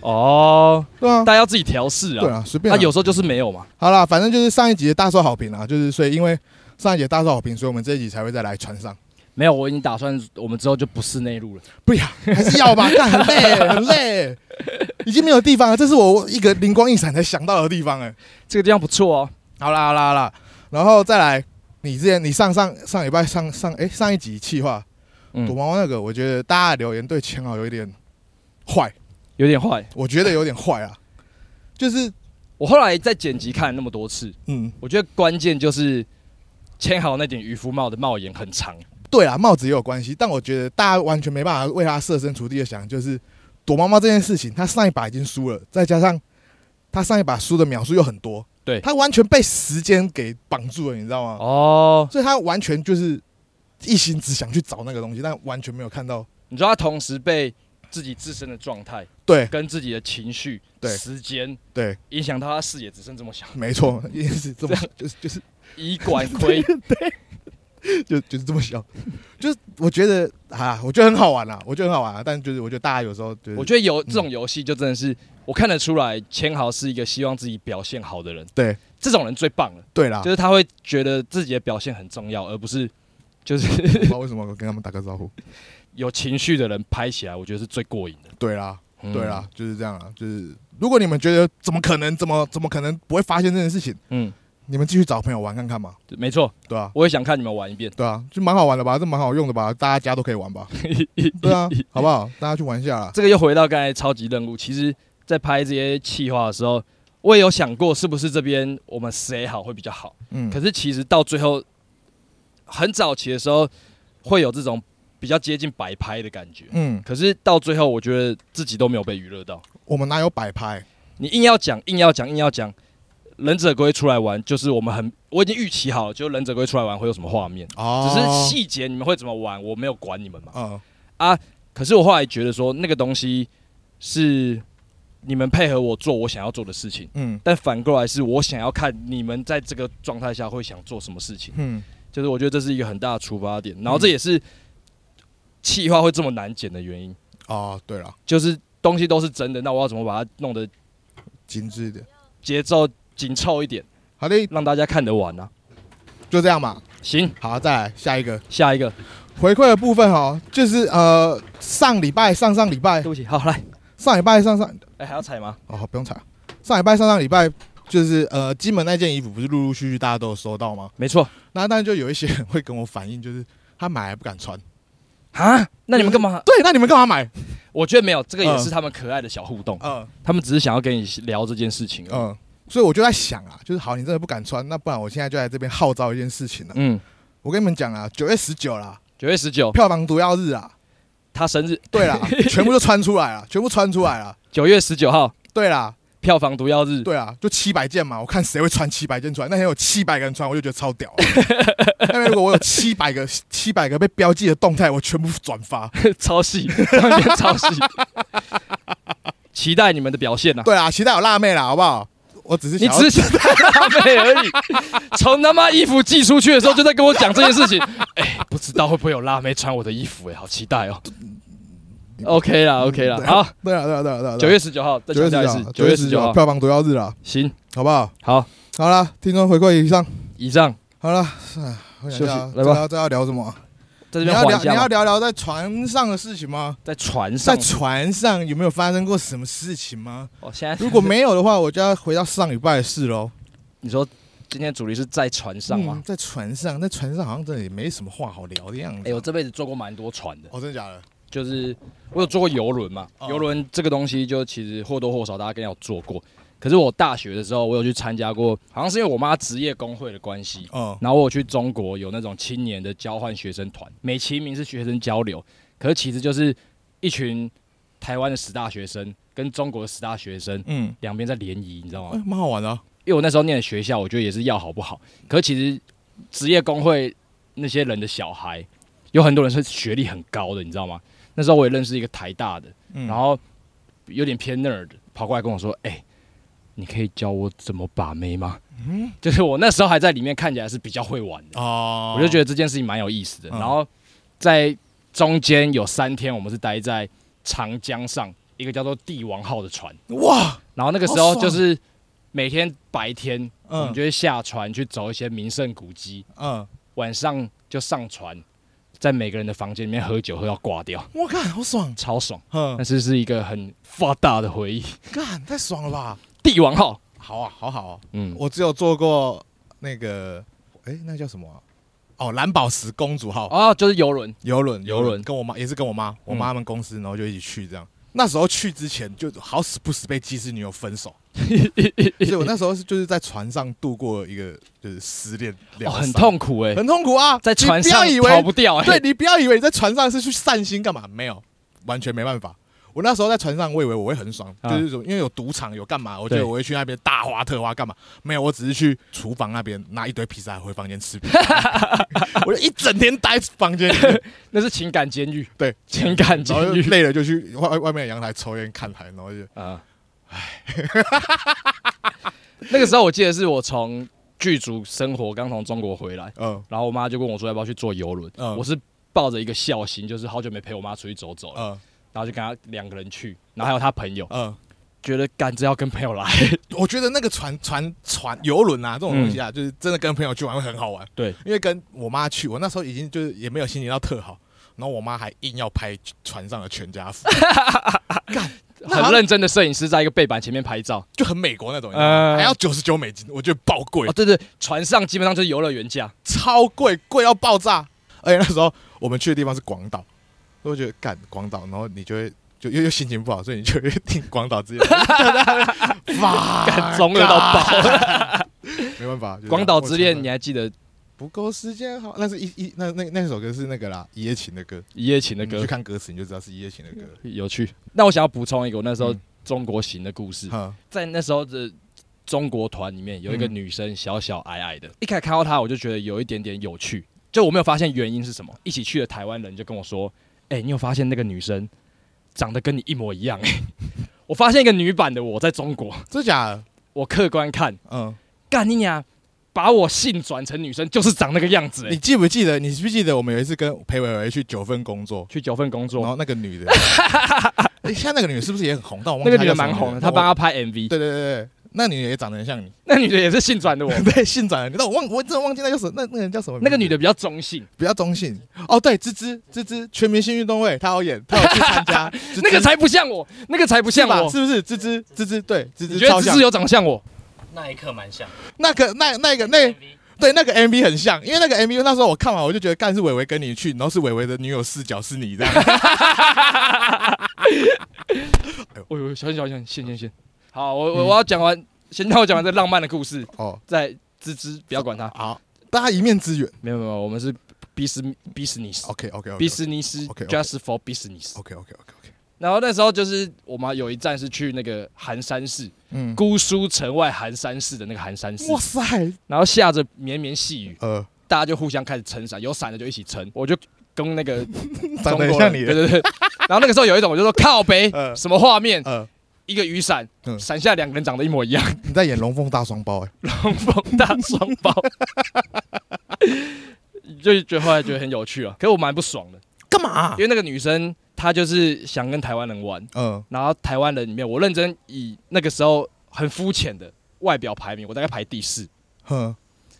S1: 哦，
S2: 对啊，
S1: 大家要自己调试
S2: 对
S1: 啊。
S2: 啊，随便
S1: 那
S2: 啊、
S1: 有时候就是没有嘛。
S2: 好啦，反正就是上一集的大受好评啊，就是所以因为上一集的大受好评，所以我们这一集才会再来传上。
S1: 没有，我已经打算我们之后就不是内陆了。
S2: 不要，还是要 吧，干很累很累，已经没有地方了，这是我一个灵光一闪才想到的地方哎、
S1: 这个地方不错哦。
S2: 好啦好啦好啦，然后再来，你之前你上上上礼拜上上哎、上一集气话躲
S1: 嗯，
S2: 猫猫那个，我觉得大家的留言对千豪有一点坏，
S1: 有点坏。
S2: 我觉得有点坏啊，就是
S1: 我后来在剪辑看那么多次，
S2: 嗯，
S1: 我觉得关键就是签好那顶渔夫帽的帽檐很长。
S2: 对啦，帽子也有关系，但我觉得大家完全没办法为他设身处地的想，就是躲猫猫这件事情，他上一把已经输了，再加上他上一把输的秒数又很多，
S1: 对
S2: 他完全被时间给绑住了，你知道吗？
S1: 哦，
S2: 所以他完全就是一心只想去找那个东西，但完全没有看到。
S1: 你知道他同时被自己自身的状态
S2: 对
S1: 跟自己的情绪、
S2: 对
S1: 时间
S2: 对，
S1: 影响到他视野只剩这么小，
S2: 没错，也是这么就是就是
S1: 以 管窥
S2: 就就是这么小，就是我觉得啊，我觉得很好玩啦，我觉得很好玩啊，但就是我觉得大家有时候就是
S1: 我觉得有这种游戏就真的是，我看得出来，千豪是一个希望自己表现好的人。
S2: 对，啊
S1: 这种人最棒了，
S2: 对啦，
S1: 就是他会觉得自己的表现很重要，而不是就是
S2: 我不知道为什么我跟他们打个招呼。
S1: 有情绪的人拍起来，我觉得是最过瘾的。
S2: 对啦，
S1: 嗯
S2: 对啊啦，，就是这样啦。就是如果你们觉得怎么可能，怎么怎么可能不会发现这件事情，
S1: 嗯，
S2: 你们继续找朋友玩看看嘛，
S1: 没错，
S2: 对啊，
S1: 我也想看你们玩一遍。
S2: 对啊，就蛮好玩的吧，这蛮好用的吧，大家家都可以 玩吧，对啊，好不好？大家去玩一下啦。
S1: 这个又回到刚才超级任务，其实，在拍这些企划的时候，我也有想过是不是这边我们谁好会比较好。
S2: 嗯，
S1: 可是其实到最后，很早期的时候，会有这种比较接近摆拍的感觉。
S2: 嗯，
S1: 可是到最后，我觉得自己都没有被娱乐到。
S2: 我们哪有摆拍？
S1: 你硬要讲，硬要讲，硬要讲，忍者龟出来玩，就是我们很，我已经预期好了，就是忍者龟出来玩会有什么画面，只
S2: 哦，
S1: 是细节你们会怎么玩，我没有管你们嘛。
S2: 嗯，
S1: 可是我后来觉得说，那个东西是你们配合我做我想要做的事情，
S2: 嗯
S1: 但反过来是我想要看你们在这个状态下会想做什么事情。
S2: 嗯，
S1: 就是我觉得这是一个很大的出发点，然后这也是气话会这么难剪的原因，
S2: 哦，对了，
S1: 就是东西都是真的，那我要怎么把它弄得
S2: 精致一点。
S1: 节奏紧凑一点，
S2: 好的，
S1: 让大家看得完呢、
S2: 就这样吧。
S1: 行，
S2: 好，再来下一个
S1: 下一个，
S2: 回馈的部分哈，就是呃上礼拜、上上礼拜
S1: 对、不起，好来，
S2: 上礼拜、上上
S1: 哎、还要踩吗？
S2: 哦，好不用查。上礼拜、上上礼拜就是呃，金门那件衣服不是陆陆续续大家都有收到吗？
S1: 没错
S2: 那当然就有一些人会跟我反映，就是他买还不敢穿。
S1: 啊，那你们干嘛？
S2: 对，那你们干嘛买？
S1: 我觉得没有，这个也
S2: 嗯
S1: 是他们可爱的小互动，
S2: 嗯
S1: 他们只是想要跟你聊这件事情。嗯
S2: 嗯，所以我就在想啊，就是好，你真的不敢穿，那不然我现在就在这边号召一件事情了、
S1: 嗯，
S2: 我跟你们讲啊，九月十九啦，
S1: 九月十九
S2: 票房毒药日啊，
S1: 他生日，
S2: 对 啦，全部都穿出来了，全部穿出来了，
S1: 九月十九号
S2: 对啦，
S1: 票房毒药日，
S2: 对啦，就七百件嘛，我看谁会穿七百件出来。那天有七百个人穿，我就觉得超屌了。那边如果我有七百个七百个被标记的动态，我全部转发。
S1: 超戏，上面 超戏，期待你们的表现呐、啊。
S2: 对啊，期待有辣妹啦，好不好？我只是
S1: 你
S2: 想要
S1: 只是想 搭配而已。从他妈衣服寄出去的时候就在跟我讲这件事情，哎、不知道会不会有辣妹穿我的衣服、哎，好期待哦。OK 啦，OK 啦，好，
S2: 对啊，对啊，对啊，对啊。
S1: 九月十九号再
S2: 九
S1: 强
S2: 月
S1: 调
S2: 十
S1: 一次
S2: 九号，，
S1: 九月十九号，
S2: 票房毒药日啦，
S1: 行，
S2: 好不好？
S1: 好，
S2: 好啦，听众回馈以上，
S1: 以上
S2: 好了，唉我想一下啊
S1: 休息来吧
S2: 这要这要聊什么？啊
S1: 在这
S2: 你
S1: 边
S2: 要
S1: 缓
S2: 聊
S1: 一
S2: 你要
S1: 下嘛，
S2: 聊聊在船上的事情吗？
S1: 在船
S2: 在
S1: 上，
S2: 船上有没有发生过什么事情吗？
S1: 哦，现在
S2: 如果没有的话，我就要回到上礼拜的事喽。
S1: 你说今天主题是在船上
S2: 嗯
S1: 吗？
S2: 在船上，在船上好像真的也没什么话好聊的样子。
S1: 哎、我这辈子坐过蛮多船的，
S2: 哦，真的假的？
S1: 就是我有坐过游轮嘛，
S2: 哦
S1: 游轮这个东西就其实或多或少大家应该有坐过。可是我大学的时候，我有去参加过，好像是因为我妈职业工会的关系，
S2: 哦，
S1: 然后我有去中国有那种青年的交换学生团，美其名是学生交流，可是其实就是一群台湾的十大学生跟中国的十大学生
S2: 嗯，
S1: 两边在联谊，你知道吗
S2: 哎，？蛮好玩的啊。
S1: 因为我那时候念的学校，我觉得也是要好不好。可是其实职业工会那些人的小孩，有很多人是学历很高的，你知道吗？那时候我也认识一个台大的，
S2: 嗯
S1: 然后有点偏 nerd，跑过来跟我说：“哎、你可以教我怎么把妹吗？
S2: 嗯
S1: 就是我那时候还在里面，看起来是比较会玩的，
S2: 哦，
S1: 我就觉得这件事情蛮有意思的。
S2: 嗯
S1: 然后在中间有三天，我们是待在长江上一个叫做帝王号的船，
S2: 得哇，
S1: 然后那个时
S2: 好
S1: 候
S2: 爽
S1: 就是每天白天我们
S2: 嗯
S1: 就会下船去走一些名胜古迹，
S2: 嗯，
S1: 晚上就上船，在每个人的房间里面喝酒喝到挂掉，
S2: 我看好爽，
S1: 超爽。
S2: 嗯
S1: 但，是是一个很发达的回忆。
S2: 干太爽了吧？
S1: 帝王号，
S2: 好啊，好好、啊，
S1: 嗯，
S2: 我只有做过那个，哎、那叫什么啊、哦，蓝宝石公主号
S1: 哦，就是游轮，
S2: 游轮，
S1: 游轮嗯
S2: 跟我妈也是跟我妈，我妈他们公司，然后就一起去这样。那时候去之前就好死不死被技师女友 分手，所以我那时候是就是在船上度过一个就是失恋
S1: 哦，
S2: 疗伤、
S1: 很痛苦哎，
S2: 很痛苦啊，
S1: 在船上
S2: 你不要
S1: 逃
S2: 以为
S1: 不掉哎
S2: 对，你不要以为你在船上是去散心干嘛，没有，完全没办法。我那时候在船上，我以为我会很爽，
S1: 啊
S2: 就是说因为有赌场有干嘛，我觉
S1: 对
S2: 得我会去那边大花特花干嘛？没有，我只是去厨房那边拿一堆披萨回房 间吃披萨，我就一整天待房间里面，
S1: 那是情感监狱，
S2: 对，
S1: 情感监
S2: 然后就
S1: 狱
S2: 累了就去外外外面的阳台抽烟看海，然后就嗯
S1: 啊。 那个时候我记得是我从剧组生活刚从中国回来，
S2: 嗯
S1: 然后我妈就问我说要不要去坐游轮，
S2: 嗯
S1: 我是抱着一个孝心，就是好久没陪我妈出去走走了，
S2: 嗯
S1: 然后就跟她两个人去，然后还有她朋友，
S2: 嗯，
S1: 觉得干这要跟朋友来，
S2: 我觉得那个船船船游轮啊这种东西啊，就是真的跟朋友去玩会很好玩。
S1: 嗯对，
S2: 因为跟我妈去，我那时候已经就是也没有心情到特好，然后我妈还硬要拍船上的全家福， 那
S1: 很认真的摄影师在一个背板前面拍照，
S2: 就很美国那种，你知道吗
S1: 呃
S2: 还要九十九美金，我觉得爆贵
S1: 哦，，对对，船上基本上就是游乐园价，
S2: 超贵，贵到爆炸。而且那时候我们去的地方是广岛，所以我觉得干广岛，然后你就会。就又又心情不好，所以你就会听广岛之夜，哇，
S1: 干中二到
S2: 爆，没办法。就是这样
S1: 广岛之恋
S2: 我，
S1: 你还记得
S2: 不够时间好，那是一一那那那首歌是那个啦，一夜情的歌。
S1: 一夜情的
S2: 你
S1: 歌
S2: 去，看歌词你就知道是一夜情的歌了。
S1: 有趣。那我想要补充一个，我那时候
S2: 嗯
S1: 中国行的故事，
S2: 哈，
S1: 在那时候的中国团里面有一个
S2: 嗯
S1: 女生，小小矮矮的，一开始看到她我就觉得有一点点有趣，就我没有发现原因是什么。一起去的台湾人就跟我说：“哎、你有发现那个女生长得跟你一模一样、欸？”我发现一个女版的我在中国，
S2: 真假的？
S1: 我客观看，
S2: 嗯，
S1: 干你娘！把我性转成女生就是长那个样子、欸。
S2: 你记不记得？你记不记得我们有一次跟裴伟伟去九份工作，
S1: 去九份工
S2: 然
S1: 作，
S2: 后那个女 的，诶现在那个女的是不是也很红？但我忘
S1: 那
S2: 记
S1: 个女
S2: 叫
S1: 的
S2: 什么
S1: 蛮红的，
S2: 了
S1: 她帮她拍 MV，
S2: 哦对对对对，那女的也长得 很像你，
S1: 那女的也是性转 的我，
S2: 对，姓展的，但我忘，我真的忘记那叫什么，那那个人叫什么名字？
S1: 那个女的比较中性。
S2: 比较中性。哦，对，芝芝，芝芝，全明星运动会，她有演，她有去参 加，芝芝
S1: 那个才不像我，那个才不像
S2: 是吧
S1: 我。
S2: 是不是？芝芝，芝芝，对，芝
S1: 你
S2: 芝
S1: 觉得
S2: 超
S1: 芝
S2: 像
S1: 芝。有长得像 我？
S4: 那一刻蛮像。
S2: 那个那那个那
S4: MV
S2: 对那个 MV 很像，因为那个 MV 那时候我看完我就觉得，干是伟伟跟你去，然后是伟伟的女友视角是你这样。
S1: 哎呦，小心小心，先先
S2: 嗯
S1: 先。好，我我我要讲完，先让我讲完这浪漫的故事，
S2: 哦，
S1: 再芝芝不要管他。
S2: 好，大家一面之缘。
S1: 没有没有，我们是 business business
S2: OK OK OK。
S1: business
S2: 哦 OK，OK
S1: just for business。
S2: OK OK OK OK。
S1: 然后那时候就是我们有一站是去那个寒山寺，
S2: 嗯，
S1: 姑苏城外寒山寺的那个寒山寺
S2: 哇，塞，
S1: 然后下着绵绵细雨，
S2: 呃，
S1: 大家就互相开始撑伞，有伞的就一起撑，我就跟那个
S2: 长
S1: 中国
S2: 得很
S1: 人
S2: 像你
S1: 对
S2: 的，
S1: 对对。然后那个时候有一种我就说靠北，
S2: 呃
S1: 什么画面？
S2: 呃，
S1: 一个雨伞，
S2: 嗯
S1: 伞下两个人长得一模一样，
S2: 你在演《龙凤大双胞》哎，
S1: 龙凤大双胞， 就觉得后来觉得很有趣啊。可是我蛮不爽的，
S2: 干嘛
S1: 因？为那个女生她就是想跟台湾人玩，
S2: 嗯
S1: 然后台湾人里面我认真以那个时候很肤浅的外表排名，我大概排第四。
S2: 哼，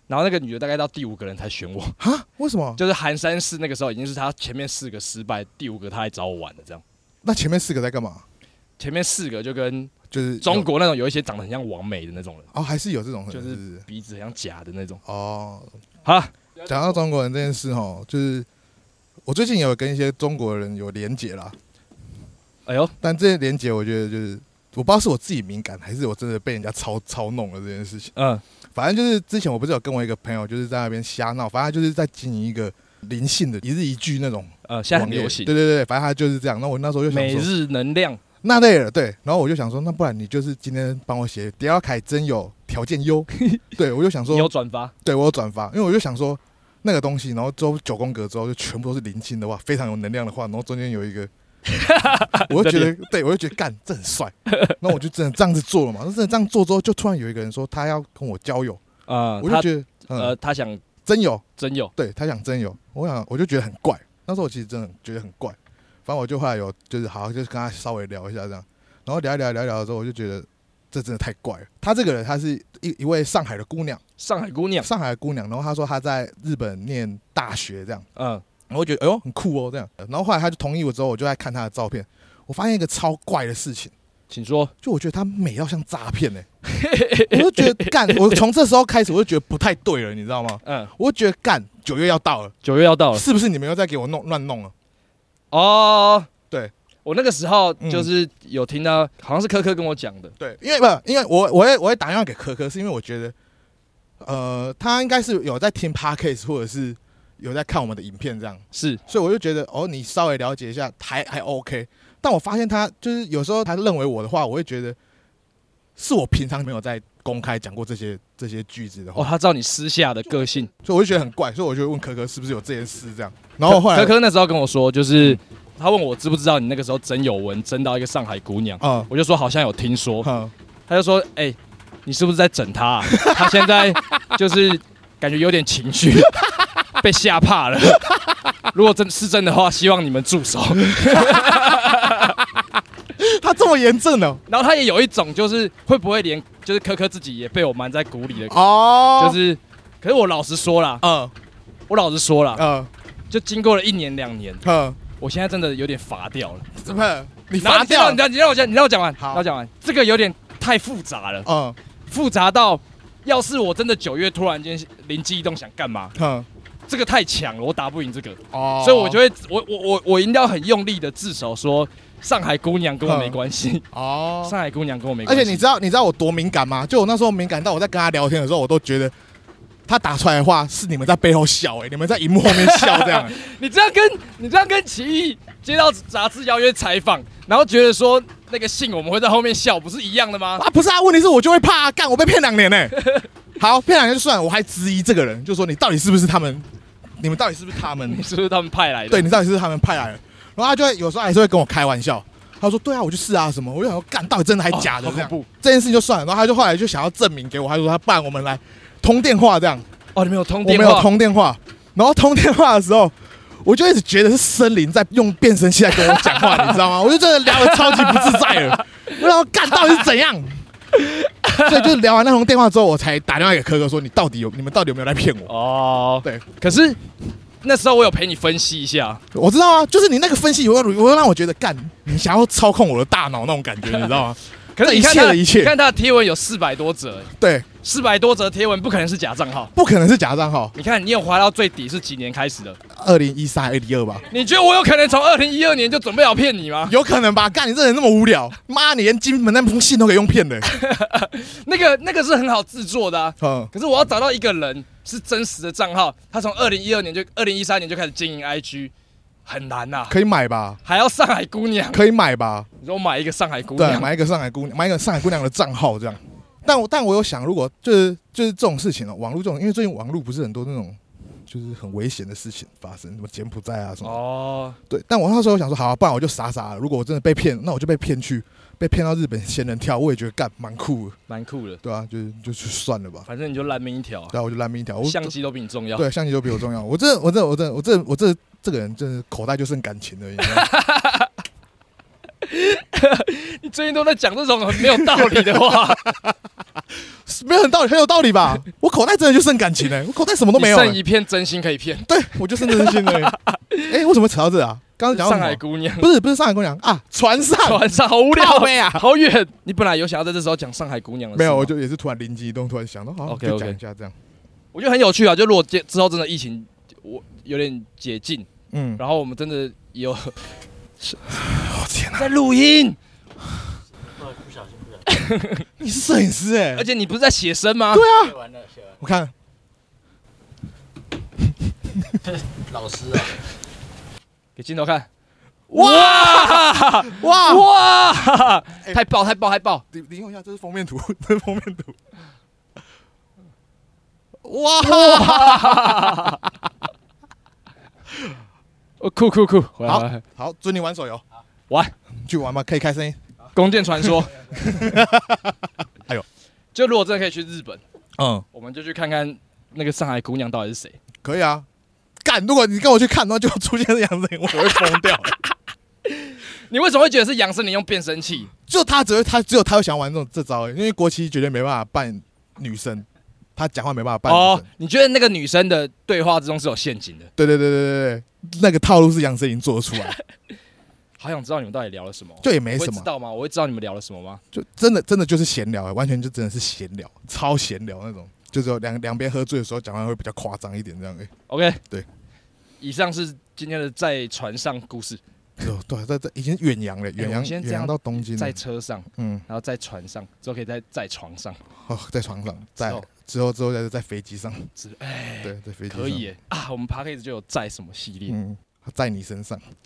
S1: 然后那个女的大概到第五个人才选我，
S2: 哈，为什么？
S1: 就是韩山寺那个时候已经是她前面四个失败，第五个她来找我玩的这样。
S2: 那前面四个在干嘛？
S1: 前面四个就跟
S2: 就是
S1: 中
S2: 国
S1: 国那种有一些长得很像王美的那种人，
S2: 哦，还是有这种人，
S1: 就是是
S2: 不是
S1: 鼻子很像假的那种。
S2: 哦。
S1: 好了，
S2: 讲到中国人这件事哦，就是我最近有跟一些中国人有连结啦，
S1: 哎呦，
S2: 但这些连结我觉得就是。我不知道是我自己敏感，还是我真的被人家操操弄了这件事情。
S1: 嗯，
S2: 反正就是之前我不是有跟我一个朋友就是在那边瞎闹，反正他就是在经营一个灵性的一日一句那种
S1: 呃，现在很
S2: 网页
S1: 流行
S2: 对，对对，反正他就是这样。那我那时候就想
S1: 每
S2: 说，
S1: 日能量，
S2: 那累了，对。然后我就想说，那不然你就是今天帮我写，迪奥凯真有条件优， 对我就想
S1: 你有
S2: 说，
S1: 转发，
S2: 对我有转发，因为我就想说 那个东西，然后之后九宫格之后就全部都是零星的话，非常有能量的话，然后中间有一个我就觉得，对我就觉得干，这很帅。那我就真的这样子做了嘛。那真的这样做之后，就突然有一个人说他要跟我交友，
S1: 啊，
S2: 我就
S1: 他
S2: 觉得，嗯，
S1: 呃，他想
S2: 真有，
S1: 真有，
S2: 对他想真有，我想我就觉得很怪。那时候我其实真的觉得很怪，反正我就后来有就是好，就是跟他稍微聊一下这样，然后聊一聊聊一聊的时候，我就觉得这真的太怪了。她这个人，她是一一位上海的姑娘，
S1: 上海姑娘，
S2: 上海的姑娘，然后她说她在日本念大学这样，
S1: 嗯，
S2: 然后我觉得哎呦很酷哦这样，然后后来她就同意我之后，我就在看她的照片，我发现一个超怪的事情。
S1: 请说，
S2: 就我觉得她美到像诈骗呢，我就觉得干，我从这时候开始我就觉得不太对了，你知道吗？
S1: 嗯，
S2: 我就觉得干，九月要到了，
S1: 九月要到了
S2: 是不是你们又在给我弄乱弄了？
S1: 哦，
S2: 对。
S1: 我那个时候
S2: 嗯
S1: 就是有听到，好像是科科跟我讲的，
S2: 对，因为不，因为我我会我会打电话给科科，是因为我觉得，呃，他应该是有在听 podcast 或者是有在看我们的影片这样，
S1: 是
S2: 所以我就觉得哦，你稍微了解一下还还 OK。但我发现他就是有时候他认为我的话，我会觉得是我平常没有在公开讲过这些这些句子的话，
S1: 哦，他知道你私下的个性。
S2: 所以我就觉得很怪，所以我就问科科是不是有这件事这样。然哦后后来
S1: 科科那时候跟我说，就是他问我知不知道你那个时候真有文真到一个上海姑娘，
S2: 啊，
S1: 我就说好像有听说，
S2: 嗯
S1: 他就说：“哎、你是不是在整他、 啊？他现在就是感觉有点情绪， 被吓怕了。如果真是真的话，希望你们住手。
S2: 他这么严正哦呢？
S1: 然后他也有一种就是会不会连就是科科自己也被我瞒在鼓里的，
S2: 哦，
S1: 就是。”可是我老实说啦，
S2: 嗯
S1: 我老实说啦，
S2: 嗯
S1: 就经过了一年两年，
S2: 嗯，
S1: 我现在真的有点乏掉了。
S2: 怎么你
S1: 然后
S2: 罚
S1: 你知道
S2: 掉
S1: 你？让你让我讲，你让我讲完，
S2: 好
S1: 让我讲完。这个有点太复杂了，
S2: 嗯
S1: 复杂到要是我真的九月突然间灵机一动想干嘛，
S2: 嗯。
S1: 这个太强了，我打不赢这个，
S2: 哦
S1: 所以我就会，我我我我一定要很用力的自首说，上海姑娘跟我没关系，
S2: 嗯哦。
S1: 上海姑娘跟我没
S2: 而
S1: 关系。
S2: 且你知道你知道我多敏感吗？就我那时候敏感到我在跟他聊天的时候，我都觉得他打出来的话是你们在背后笑、哎，你们在荧幕后面笑这 样、
S1: 你这样跟你这样跟奇艺接到杂志邀约采访，然后觉得说那个信我们会在后面笑，不是一样的吗？
S2: 啊？不是啊，问题是我就会怕、啊，干我被骗两年呢、哎好，骗两年就算，了，我还质疑这个人，就说你到底是不是他们？你们到底是不是他们
S1: 你？是不是他们派来的？
S2: 对，你到底是不是他们派来的？然后他就会有时候还是会跟我开玩笑，他说对啊，我就是啊什么，我就想说干到底真的还
S1: 哦，
S2: 假的
S1: 好
S2: 这样
S1: 恐。怖
S2: 这件事情就算了，然后他就后来就想要证明给我，他说他不然我们来通电话这样。
S1: 哦！你们有通
S2: 我
S1: 电
S2: 没
S1: 话？
S2: 有通电话，然后通电话的时候，我就一直觉得是森林在用变声器在跟我讲话，你知道吗？ 我就真的聊得超级不自在了，我想干到底是怎样？ 所以就是聊完那通电话之后，我才打电话给科科说你到底有你们到底有没有来骗我？
S1: 哦，
S2: 对，
S1: 可是那时候我有陪你分析一下，
S2: 我知道啊，就是你那个分析，我我让我觉得干，你想要操控我的大脑那种感觉，你知道吗？
S1: 可是
S2: 这
S1: 你
S2: 一
S1: 看
S2: 切
S1: 他
S2: 的一切
S1: 你看他的贴文有四百多则，
S2: 对，
S1: 四百多则贴文不可能是假账号。
S2: 不可能是假账号，
S1: 你看，你有滑到最底是几年开始的？
S2: 二零一三、二零二吧，
S1: 你觉得我有可能从二零一二年就准备好骗你吗？
S2: 有可能吧？干你这人那么无聊，妈，你连金门那封信都可以用骗的，
S1: 那个那个是很好制作的啊，
S2: 嗯，
S1: 可是我要找到一个人是真实的账号，他从二零一二年就二零一三年就开始经营 IG，很难呐、
S2: 可以买吧？
S1: 还要上海姑娘，
S2: 可以买吧？
S1: 你说我买一个上海姑
S2: 对，
S1: 娘，
S2: 买一个上海姑娘，买一个上海姑娘的账号这样。但我但我有想，如果就是就是这种事情哦、网络这种，因为最近网络不是很多那种就是很危险的事情发生，什么柬埔寨啊什么。
S1: 哦，
S2: 对，但我那时候想说，好、啊，不然我就傻傻的。如果我真的被骗，那我就被骗去，被骗到日本仙人跳，我也觉得干蛮酷的，
S1: 蛮酷的，
S2: 对啊，就就去算了吧。
S1: 反正你就烂命一条、啊，
S2: 对啊，我就烂命一条。我
S1: 相啊机都比你重要。
S2: 对相机就比我重要。我这我这我这我这我这这个人，真是口袋就剩感情而已。你知道吗
S1: 你最近都在讲这种很没有道理的话，
S2: 没有很道理，很有道理吧？我口袋真的就剩感情了、我口袋什么 都没有、啊
S1: 你
S2: 了。
S1: 剩一片真心可以骗。
S2: 对，我就是真心的。哎、为什么扯到这啊？刚刚讲到
S1: 上
S2: 什
S1: 海
S2: 么？
S1: 姑娘，
S2: 不是不是上海姑娘啊，船上
S1: 晚上好无聊，
S2: 靠背啊
S1: 好远。你本来有想要在这时候讲上海姑娘的事吗，
S2: 没有，我就也是突然灵机一动，突然想到，好，
S1: OK，
S2: 就讲
S1: OK
S2: 一下这样。
S1: 我觉得很有趣啊。就如果接之后真的疫情，我有点解禁，
S2: 嗯，
S1: 然后我们真的有
S2: 我、天哪、
S1: 在录音，
S4: 不小心不小心，
S2: 你是摄影师哎、
S1: 而且你不是在写生吗？
S2: 对啊，
S4: 写完了写完了，
S2: 我看
S4: 老师啊，
S1: 给镜头看。
S2: 哇
S1: 哇
S2: 哇，
S1: 哇！ 太爆太爆太爆！
S2: 你你用一下，这是封面图， 这是封面图。哇，
S1: 哦酷酷酷！回来
S2: 好
S1: 回来
S2: 好，准你玩手游。
S1: 玩
S2: 去玩吗？可以开声音
S1: 弓箭传说
S2: 。哎呦，
S1: 就如果真的可以去日本，
S2: 嗯，
S1: 我们就去看看那个上海姑娘到底是谁。
S2: 可以啊。干，如果你跟我去看，然后就出现这样子，我会疯掉。
S1: 你为什么会觉得是杨丞琳用变声器？
S2: 就他只会他只有他会想玩这种这招而已，因为国旗绝对没办法扮女生，他讲话没办法扮女生。
S1: 哦，你觉得那个女生的对话之中是有陷阱的？
S2: 对对对对对对，那个套路是杨丞琳做得出来，
S1: 好想知道你们到底聊了什么。
S2: 就也没
S1: 我会
S2: 什
S1: 知
S2: 么，
S1: 道吗？我会知道你们聊了什么吗？
S2: 就真的真的就是闲聊、完全就真的是闲聊，超闲聊那种，就只有两两边喝醉的时候讲话会比较夸张一点这样而已。
S1: OK，
S2: 对，
S1: 以上是今天的在船上故事，
S2: 哦，对，在在已经远洋了，远
S1: 啊我
S2: 洋
S1: 们先这
S2: 远
S1: 样
S2: 洋到东京
S1: 在
S2: 了，
S1: 车上，
S2: 嗯，
S1: 然后在船上，之后可以在在床上，
S2: 哦，在床上，在
S1: 之后
S2: 之后之后在在飞机上，
S1: 之哎，
S2: 对，在飞机上
S1: 可以，耶啊！我们 p a c k a g e 就有在什么系列，
S2: 嗯，在你身上，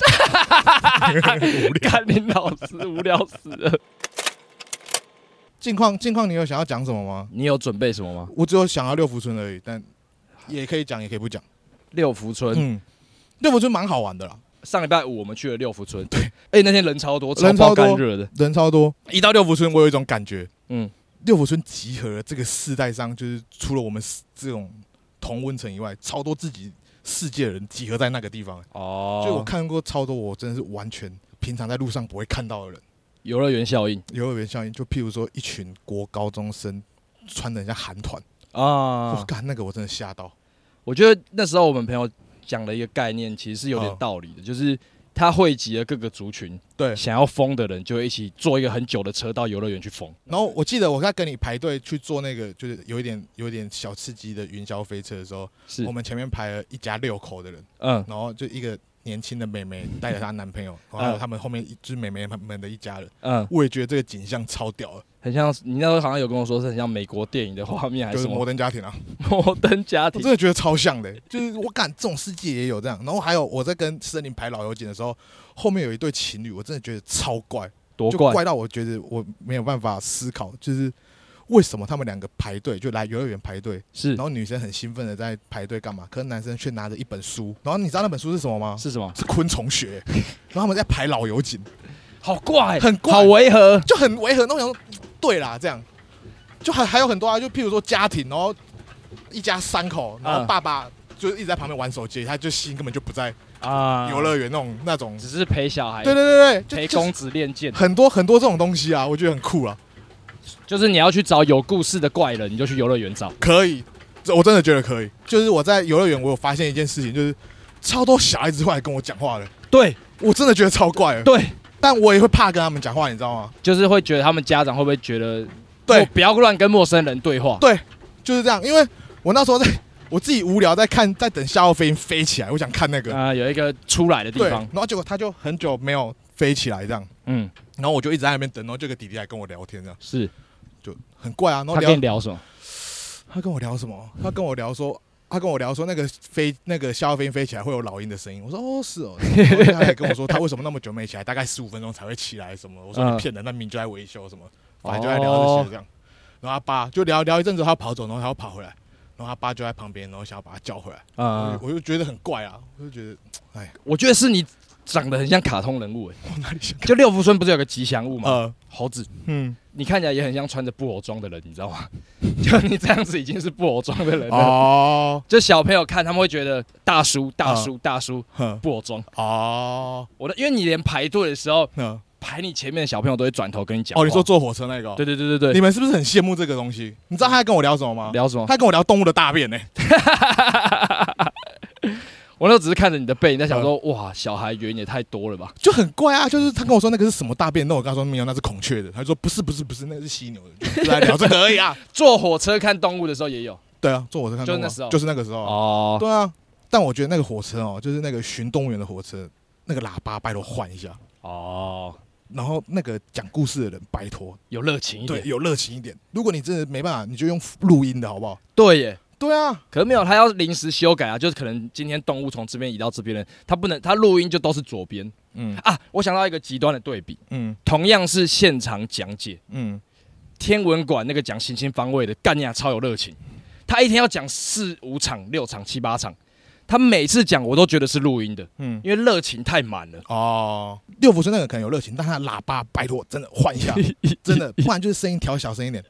S1: 看林老师无聊死了。
S2: 近况近况，你有想要讲什么吗？
S1: 你有准备什么吗？
S2: 我只有想要六福村而已，但也可以讲，也可以不讲。
S1: 六福村，
S2: 嗯，六福村蛮好玩的啦，
S1: 上礼拜五我们去了六福村，对，而且那天人超多，
S2: 人
S1: 爆
S2: 超多
S1: 干热的，
S2: 人超多。一到六福村，我有一种感觉，
S1: 嗯，
S2: 六福村集合了这个世代上，就是除了我们这种同温层以外，超多自己世界的人集合在那个地方、
S1: 哦，
S2: 就我看过超多，我真的是完全平常在路上不会看到的人。
S1: 游乐园效应
S2: 游乐园效应，就譬如说一群国高中生穿的很像韩团，我
S1: 啊，
S2: 干、那个我真的吓到。
S1: 我觉得那时候我们朋友讲了一个概念，其实是有点
S2: 哦
S1: 道理的，就是它汇集了各个族群，
S2: 对，
S1: 想要疯的人就会一起坐一个很久的车到游乐园去疯。
S2: 然后我记得我在跟你排队去坐那个，就是有一点有一点小刺激的云霄飞车的时候，
S1: 是
S2: 我，们前面排了一家六口的人，
S1: 嗯，
S2: 然后就一个年轻的妹妹带着她男朋友，然后还有他们后面一就是妹妹们的一家人，
S1: 嗯，
S2: 我也觉得这个景象超屌的，
S1: 很像你那时候好像有跟我说是很像美国电影的画面还
S2: 就是是
S1: 什
S2: 摩
S1: 么
S2: 登家庭啊，
S1: 摩登家
S2: 我
S1: 庭
S2: 真的觉得超像的、欸就是我感这种世界也有这样。然后还有我在跟森林排老友景的时候，后面有一对情侣，我真的觉得超怪，
S1: 夺
S2: 就
S1: 冠
S2: 怪到我觉得我没有办法思考，就是为什么他们两个排队就来游乐园排队。
S1: 是
S2: 然后女生很兴奋的在排队干嘛？可是男生却拿着一本书，然后你知道那本书是什么吗？
S1: 是什么？
S2: 是昆虫学，欸然后他们在排老油井，
S1: 好怪，
S2: 很怪
S1: 好违和。
S2: 就很违和。那我想说，嗯对啦，这样就还还有很多啊，就譬如说家庭，然后一家三口，然后
S1: 嗯
S2: 爸爸就一直在旁边玩手机，他就心根本就不在
S1: 啊
S2: 游乐园那种那种。
S1: 只是陪小孩，
S2: 对对对对，
S1: 陪
S2: 就
S1: 公子练剑
S2: 就，很多很多这种东西啊，我觉得很酷啊，
S1: 就是你要去找有故事的怪人，你就去游乐园找。
S2: 可以，这啊我真的觉得可以。就是我在游乐园，我有发现一件事情，就是超多小孩子会来跟我讲话的，
S1: 对
S2: 我真的觉得超怪的。
S1: 对，
S2: 但我也会怕跟他们讲话，你知道吗？
S1: 就是会觉得他们家长会不会觉得，
S2: 对
S1: 我不要乱跟陌生人对话。
S2: 对就是这样，因为我那时候在我自己无聊在看，在等夏奥飞鹰飞起来，我想看那个，
S1: 啊、有一个出来的地
S2: 对，
S1: 方
S2: 然，后结果他就很久没有飞起来这样，
S1: 嗯，
S2: 然后我就一直在那边等，然后这个弟弟来跟我聊天，这样
S1: 是
S2: 就很怪啊。然后
S1: 他
S2: 聊
S1: 跟你聊什么？
S2: 他跟我聊什么？他跟我聊说。他跟我聊说，那个飞那个夏奥飞鹰飞起来会有老鹰的声音。我说哦是哦，然后他还跟我说他为什么那么久没起来，大概十五分钟才会起来什么。我说
S1: 嗯
S2: 你骗人，那明明就在维修什么。
S1: 哦
S2: 反正就在聊这些这样。然后他爸就聊聊一阵子，他跑走，然后他又跑回来，然后他爸就在旁边，然后想要把他叫回来，
S1: 啊、
S2: 我就觉得很怪啊，我就觉得
S1: 我觉得是你长得很像卡通人物、欸，
S2: 我哪里想
S1: 就六福村不是有个吉祥物吗？
S2: 呃
S1: 猴子，
S2: 嗯
S1: 你看起来也很像穿着布偶装的人，你知道吗？ 就你这样子已经是布偶装的人了。
S2: 哦
S1: 就小朋友看他们会觉得大叔、大叔、大叔
S2: 哼
S1: 布偶装。
S2: 哦
S1: 我的，因为你连排队的时候，
S2: 嗯
S1: 排你前面的小朋友都会转头跟你讲话。
S2: 哦，你说坐火车那个哦，
S1: 对对对对
S2: 你
S1: 对，
S2: 们是不是很羡慕这个东西？你知道他在跟我聊什么吗？
S1: 聊什么？
S2: 他跟我聊动物的大便呢，
S1: 我那时候只是看着你的背影，在想说，哇，小孩原因也太多了吧？
S2: 就很怪啊。就是他跟我说那个是什么大便，那我跟他说没有，那是孔雀的。他就说不是不是不是，那个是犀牛的，就在聊这个而已 啊。
S1: 坐火车看动物的时候也有
S2: 对啊，坐火车看
S1: 就
S2: 动物
S1: 那
S2: 啊
S1: 时候
S2: 就是那个时候啊
S1: 哦，
S2: 对啊，但我觉得那个火车哦，就是那个巡动员的火车，那个喇叭拜托换一下，
S1: 哦，
S2: 然后那个讲故事的人拜托，
S1: 有热情一
S2: 对，
S1: 点。
S2: 有热情一点。如果你真的没办法，你就用录音的好不好？
S1: 对耶，
S2: 对啊，
S1: 可是没有，他要临时修改啊，就是可能今天动物从这边移到这边了，他不能，他录音就都是左边
S2: 嗯
S1: 啊。我想到一个极端的对比，
S2: 嗯
S1: 同样是现场讲解，
S2: 嗯，
S1: 天文馆那个讲行星方位的干呀超有热情，他一天要讲四五场、六场、七八场，他每次讲我都觉得是录音的，
S2: 嗯，
S1: 因为热情太满了。
S2: 哦，六福村那个可能有热情，但他的喇叭拜托真的 换一下，真的，不然就是声音调小声一点，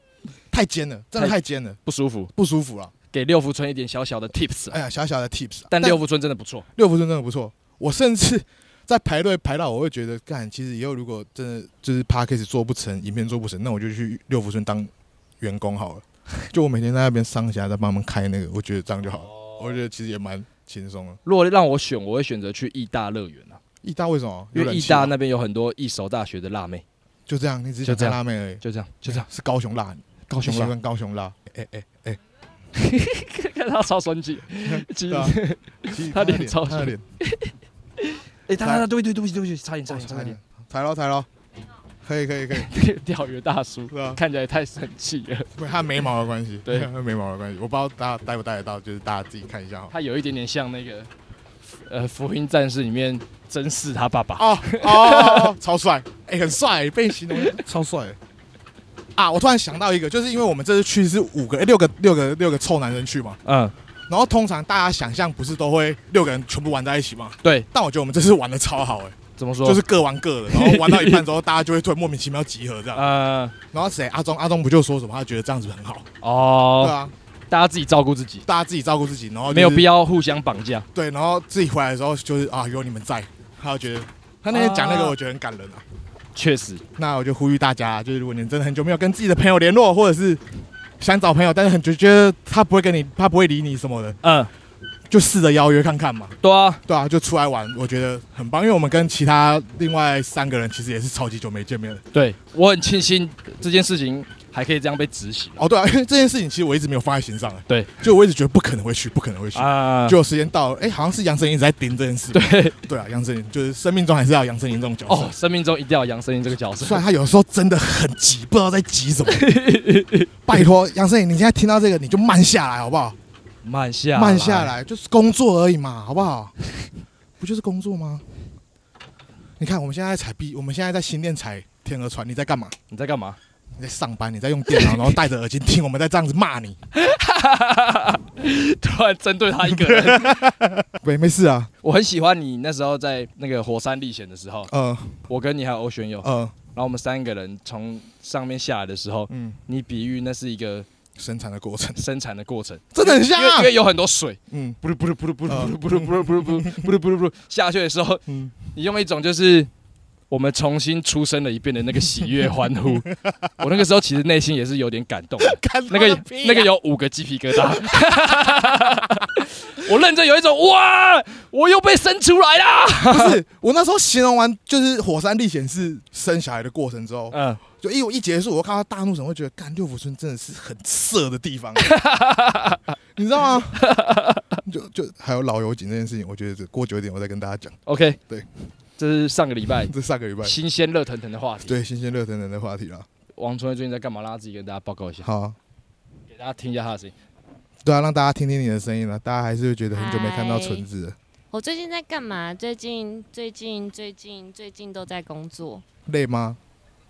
S2: 太尖了，真的太尖了，
S1: 不舒服，
S2: 不舒服了。
S1: 给六福村一点小小的 tips 啊。
S2: 哎呀，小小的 tips，啊
S1: 但六福村真的不错，
S2: 六福村真的不错，我甚至在排队排到我会觉得，干，其实以后如果真的就是 p a c k a g e 做不成，影片做不成，那我就去六福村当员工好 了。就我每天在那边上下在帮他们开那个，我觉得这样就好了。
S1: 哦
S2: 我觉得其实也蛮轻松的。
S1: 如果让我选，我会选择去义大乐园啊，
S2: 义大为什么？
S1: 因
S2: 有
S1: 为
S2: 冷
S1: 义
S2: 气
S1: 大
S2: 吗
S1: 那边有很多一手大学的辣妹，
S2: 就这样，你只
S1: 就
S2: 想
S1: 这
S2: 在
S1: 样
S2: 拉妹而已，
S1: 就这样，就这样，
S2: 是高雄辣，
S1: 高雄
S2: 你喜
S1: 辣，
S2: 欢高雄辣。哎哎哎，
S1: 看他超生气，其实
S2: 对啊，其实
S1: 他脸
S2: 的
S1: 超
S2: 他的脸，
S1: 哎，他他对不起对不起对不起，差点差点差
S2: 差
S1: 点
S2: 点，抬喽抬喽，可以可以可以，
S1: 那个 钓鱼大叔
S2: 对啊
S1: 看起来太生气了，
S2: 不，他眉毛的关系，
S1: 对
S2: 他眉毛的关系，我不知道大家带不带得到，就是大家自己看一下哈。
S1: 他有一点点像那个呃《福音战士》里面真嗣他爸爸，
S2: 哦哦，超帅，哎，很帅，被形容超帅。啊！我突然想到一个，就是因为我们这次去是五个、哎六个、六个、六个臭男人去嘛，
S1: 嗯，
S2: 然后通常大家想象不是都会六个人全部玩在一起嘛？
S1: 对，
S2: 但我觉得我们这次玩的超好哎、
S1: 怎么说？
S2: 就是各玩各的，然后玩到一半之 后，大家就会突然莫名其妙集合这样。
S1: 呃
S2: 然后谁阿忠阿忠不就说什么他觉得这样子很好，对
S1: 哦，
S2: 啊，
S1: 大家自己照顾自己，
S2: 大家自己照顾自己，然后就是
S1: 没有必要互相绑架。
S2: 对，然后自己回来的时候就是啊有你们在，他就觉得他那天讲那个
S1: 啊
S2: 我觉得很感人啊。
S1: 确实，
S2: 那我就呼吁大家，就是如果你真的很久没有跟自己的朋友联络，或者是想找朋友，但是很觉觉得他不会跟你，他不会理你什么的，
S1: 嗯，
S2: 就试着邀约看看嘛，
S1: 对啊，
S2: 对啊，就出来玩，我觉得很棒，因为我们跟其他另外三个人其实也是超级久没见面了。
S1: 对我很庆幸这件事情还可以这样被执行
S2: 哦，对啊，因为这件事情其实我一直没有放在心上，哎
S1: 对，
S2: 就我一直觉得不可能会去，不可能会去。
S1: 啊，
S2: 就时间到了，哎、好像是杨丞琳一直在盯这件事。
S1: 对
S2: 对啊，杨丞琳就是生命中还是要有杨丞琳这种角色。
S1: 哦，生命中一定要有杨丞琳这个角
S2: 虽
S1: 色，
S2: 然他有时候真的很急，不知道在急 什么。拜托，杨丞琳，你现在听到这个你就慢下来好 不好？
S1: 慢下
S2: 慢下，来，就是工作而已嘛，好不好？ 不就是工作吗？你看我们现在在采 B，我们现在在新店采天鹅船，你在干嘛？
S1: 你在干嘛？
S2: 你在上班，你在用电脑，然后戴着耳机听我们在这样子 骂你。
S1: 突然针对他一个 人，
S2: 没没事啊，
S1: 我很喜欢你那时候在那个火山历险的时候，
S2: 呃
S1: 我跟你还有欧旋友，
S2: 呃，
S1: 然后我们三个人从上面下来的时候，
S2: 嗯，
S1: 你比喻那是一个
S2: 生产的过程
S1: 生产的过程，
S2: 真的很像啊
S1: 因为因为有很多水，
S2: 嗯
S1: 不噜不噜不噜不噜不噜不噜不噜不噜不噜不噜不噜下去的时候，
S2: 嗯，
S1: 你用一种就是我们重新出生了一遍的那个喜悦欢呼。 我那个时候其实内心也是有点感动的，
S2: 看
S1: 那个
S2: 啊
S1: 那个有五个鸡皮疙瘩。 我认真有一种哇，我又被生出来啦！
S2: 不是我那时候形容完就是火山历险是生小孩的过程之后，
S1: 嗯，
S2: 就一我一结束，我看到大怒神，会觉得干六福村真的是很色的地 方，你知道吗？就就还有老油井这件事情，我觉得这过久一点我再跟大家讲。
S1: OK，
S2: 对，
S1: 这是上个礼拜
S2: 这上个礼拜
S1: 新鲜热腾腾的话题。
S2: 对新鲜热腾腾的话题啦。
S1: 王春威最近在干嘛？让他自己跟大家报告一下，
S2: 好啊、
S1: 给大家听一下他的声音。
S2: 对啊，让大家听听你的声音啦，大家还是会觉得很久没看到纯子了，
S3: 我最近在干嘛？最近最近最近最近都在工作，
S2: 累吗？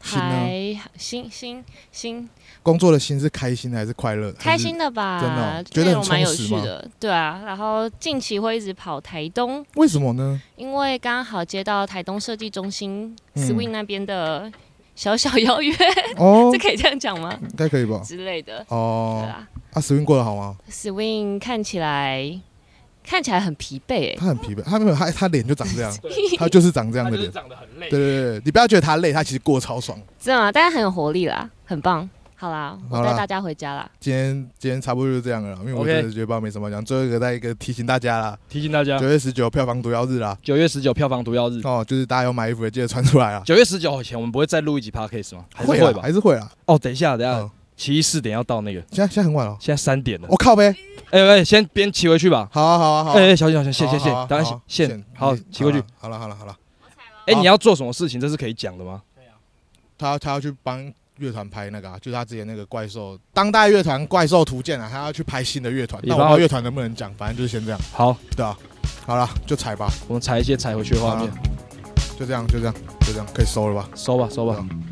S2: 心呢？
S3: 还心心心
S2: 工作的心是开心的还是快乐？
S3: 开心。的吧？
S2: 真的哦觉得
S3: 内
S2: 很
S3: 容蛮有
S2: 充实
S3: 趣
S2: 吗
S3: 的，对啊。然后近期会一直跑台东，
S2: 为什么 呢？
S3: 因为刚好接到台东设计中心
S2: 嗯
S3: Swing 那边的小小邀约，
S2: 哦
S3: 这，可以这样讲吗？
S2: 应该可以吧？
S3: 之类的，对
S2: 哦，
S3: 啊。
S2: 啊，史韵过得好吗？
S3: Swing 看起来看起来很疲惫、欸，
S2: 他很疲惫，他没有，他他脸就长这样，他就是长这样的脸。
S1: 长得很累
S2: 对对对，你不要觉得他累，他其实过得超爽。
S3: 真的吗？啊但是很有活力啦，很棒。好啦，
S2: 好
S3: 我
S2: 啦
S3: 带大家回家啦。
S2: 今天今天差不多就是这样了啦，因为我
S1: OK 啊
S2: 真的觉得不知道没什么讲。最后一个再一个提醒大家啦，
S1: 提醒大家
S2: 九，月十九票房毒药日啦，
S1: 九月十九票房毒药日。
S2: 哦，就是大家有买衣服的记得穿出来啊。
S1: 九月十九以前，我们不会再录一集 podcast 吗？ 还是
S2: 啦
S1: 会吧？
S2: 还是会啦。
S1: 哦，等一下，等一
S2: 嗯
S1: 下，奇异四点要到那个，
S2: 现在现在很晚了，
S1: 现在三点了。
S2: 我靠呗。
S1: 哎哎，先边骑回去吧。
S2: 好啊好啊好啊。
S1: 哎哎，小心小心，线线
S2: 好啊
S1: 线，
S2: 好啊
S1: 当然
S2: 好
S1: 线
S2: 啊
S1: 线，好
S2: 你
S1: 骑回去。
S2: 好了啊好了好了，
S1: 哎，
S2: 好
S1: 你要做什么事情？这是可以讲的吗？
S2: 他他要去帮乐团拍那个啊，就是他之前那个怪兽当代乐团怪兽图鉴啊，他要去拍新的乐团。
S1: 你
S2: 那我不
S1: 帮
S2: 知
S1: 他
S2: 道乐团能不能讲，反正就是先这样，
S1: 好，
S2: 对啊。好了，就踩吧，啊
S1: 我们裁一些裁回去的画面，
S2: 就这样就这样就这样，可以收了吧。
S1: 收吧收吧
S2: 好。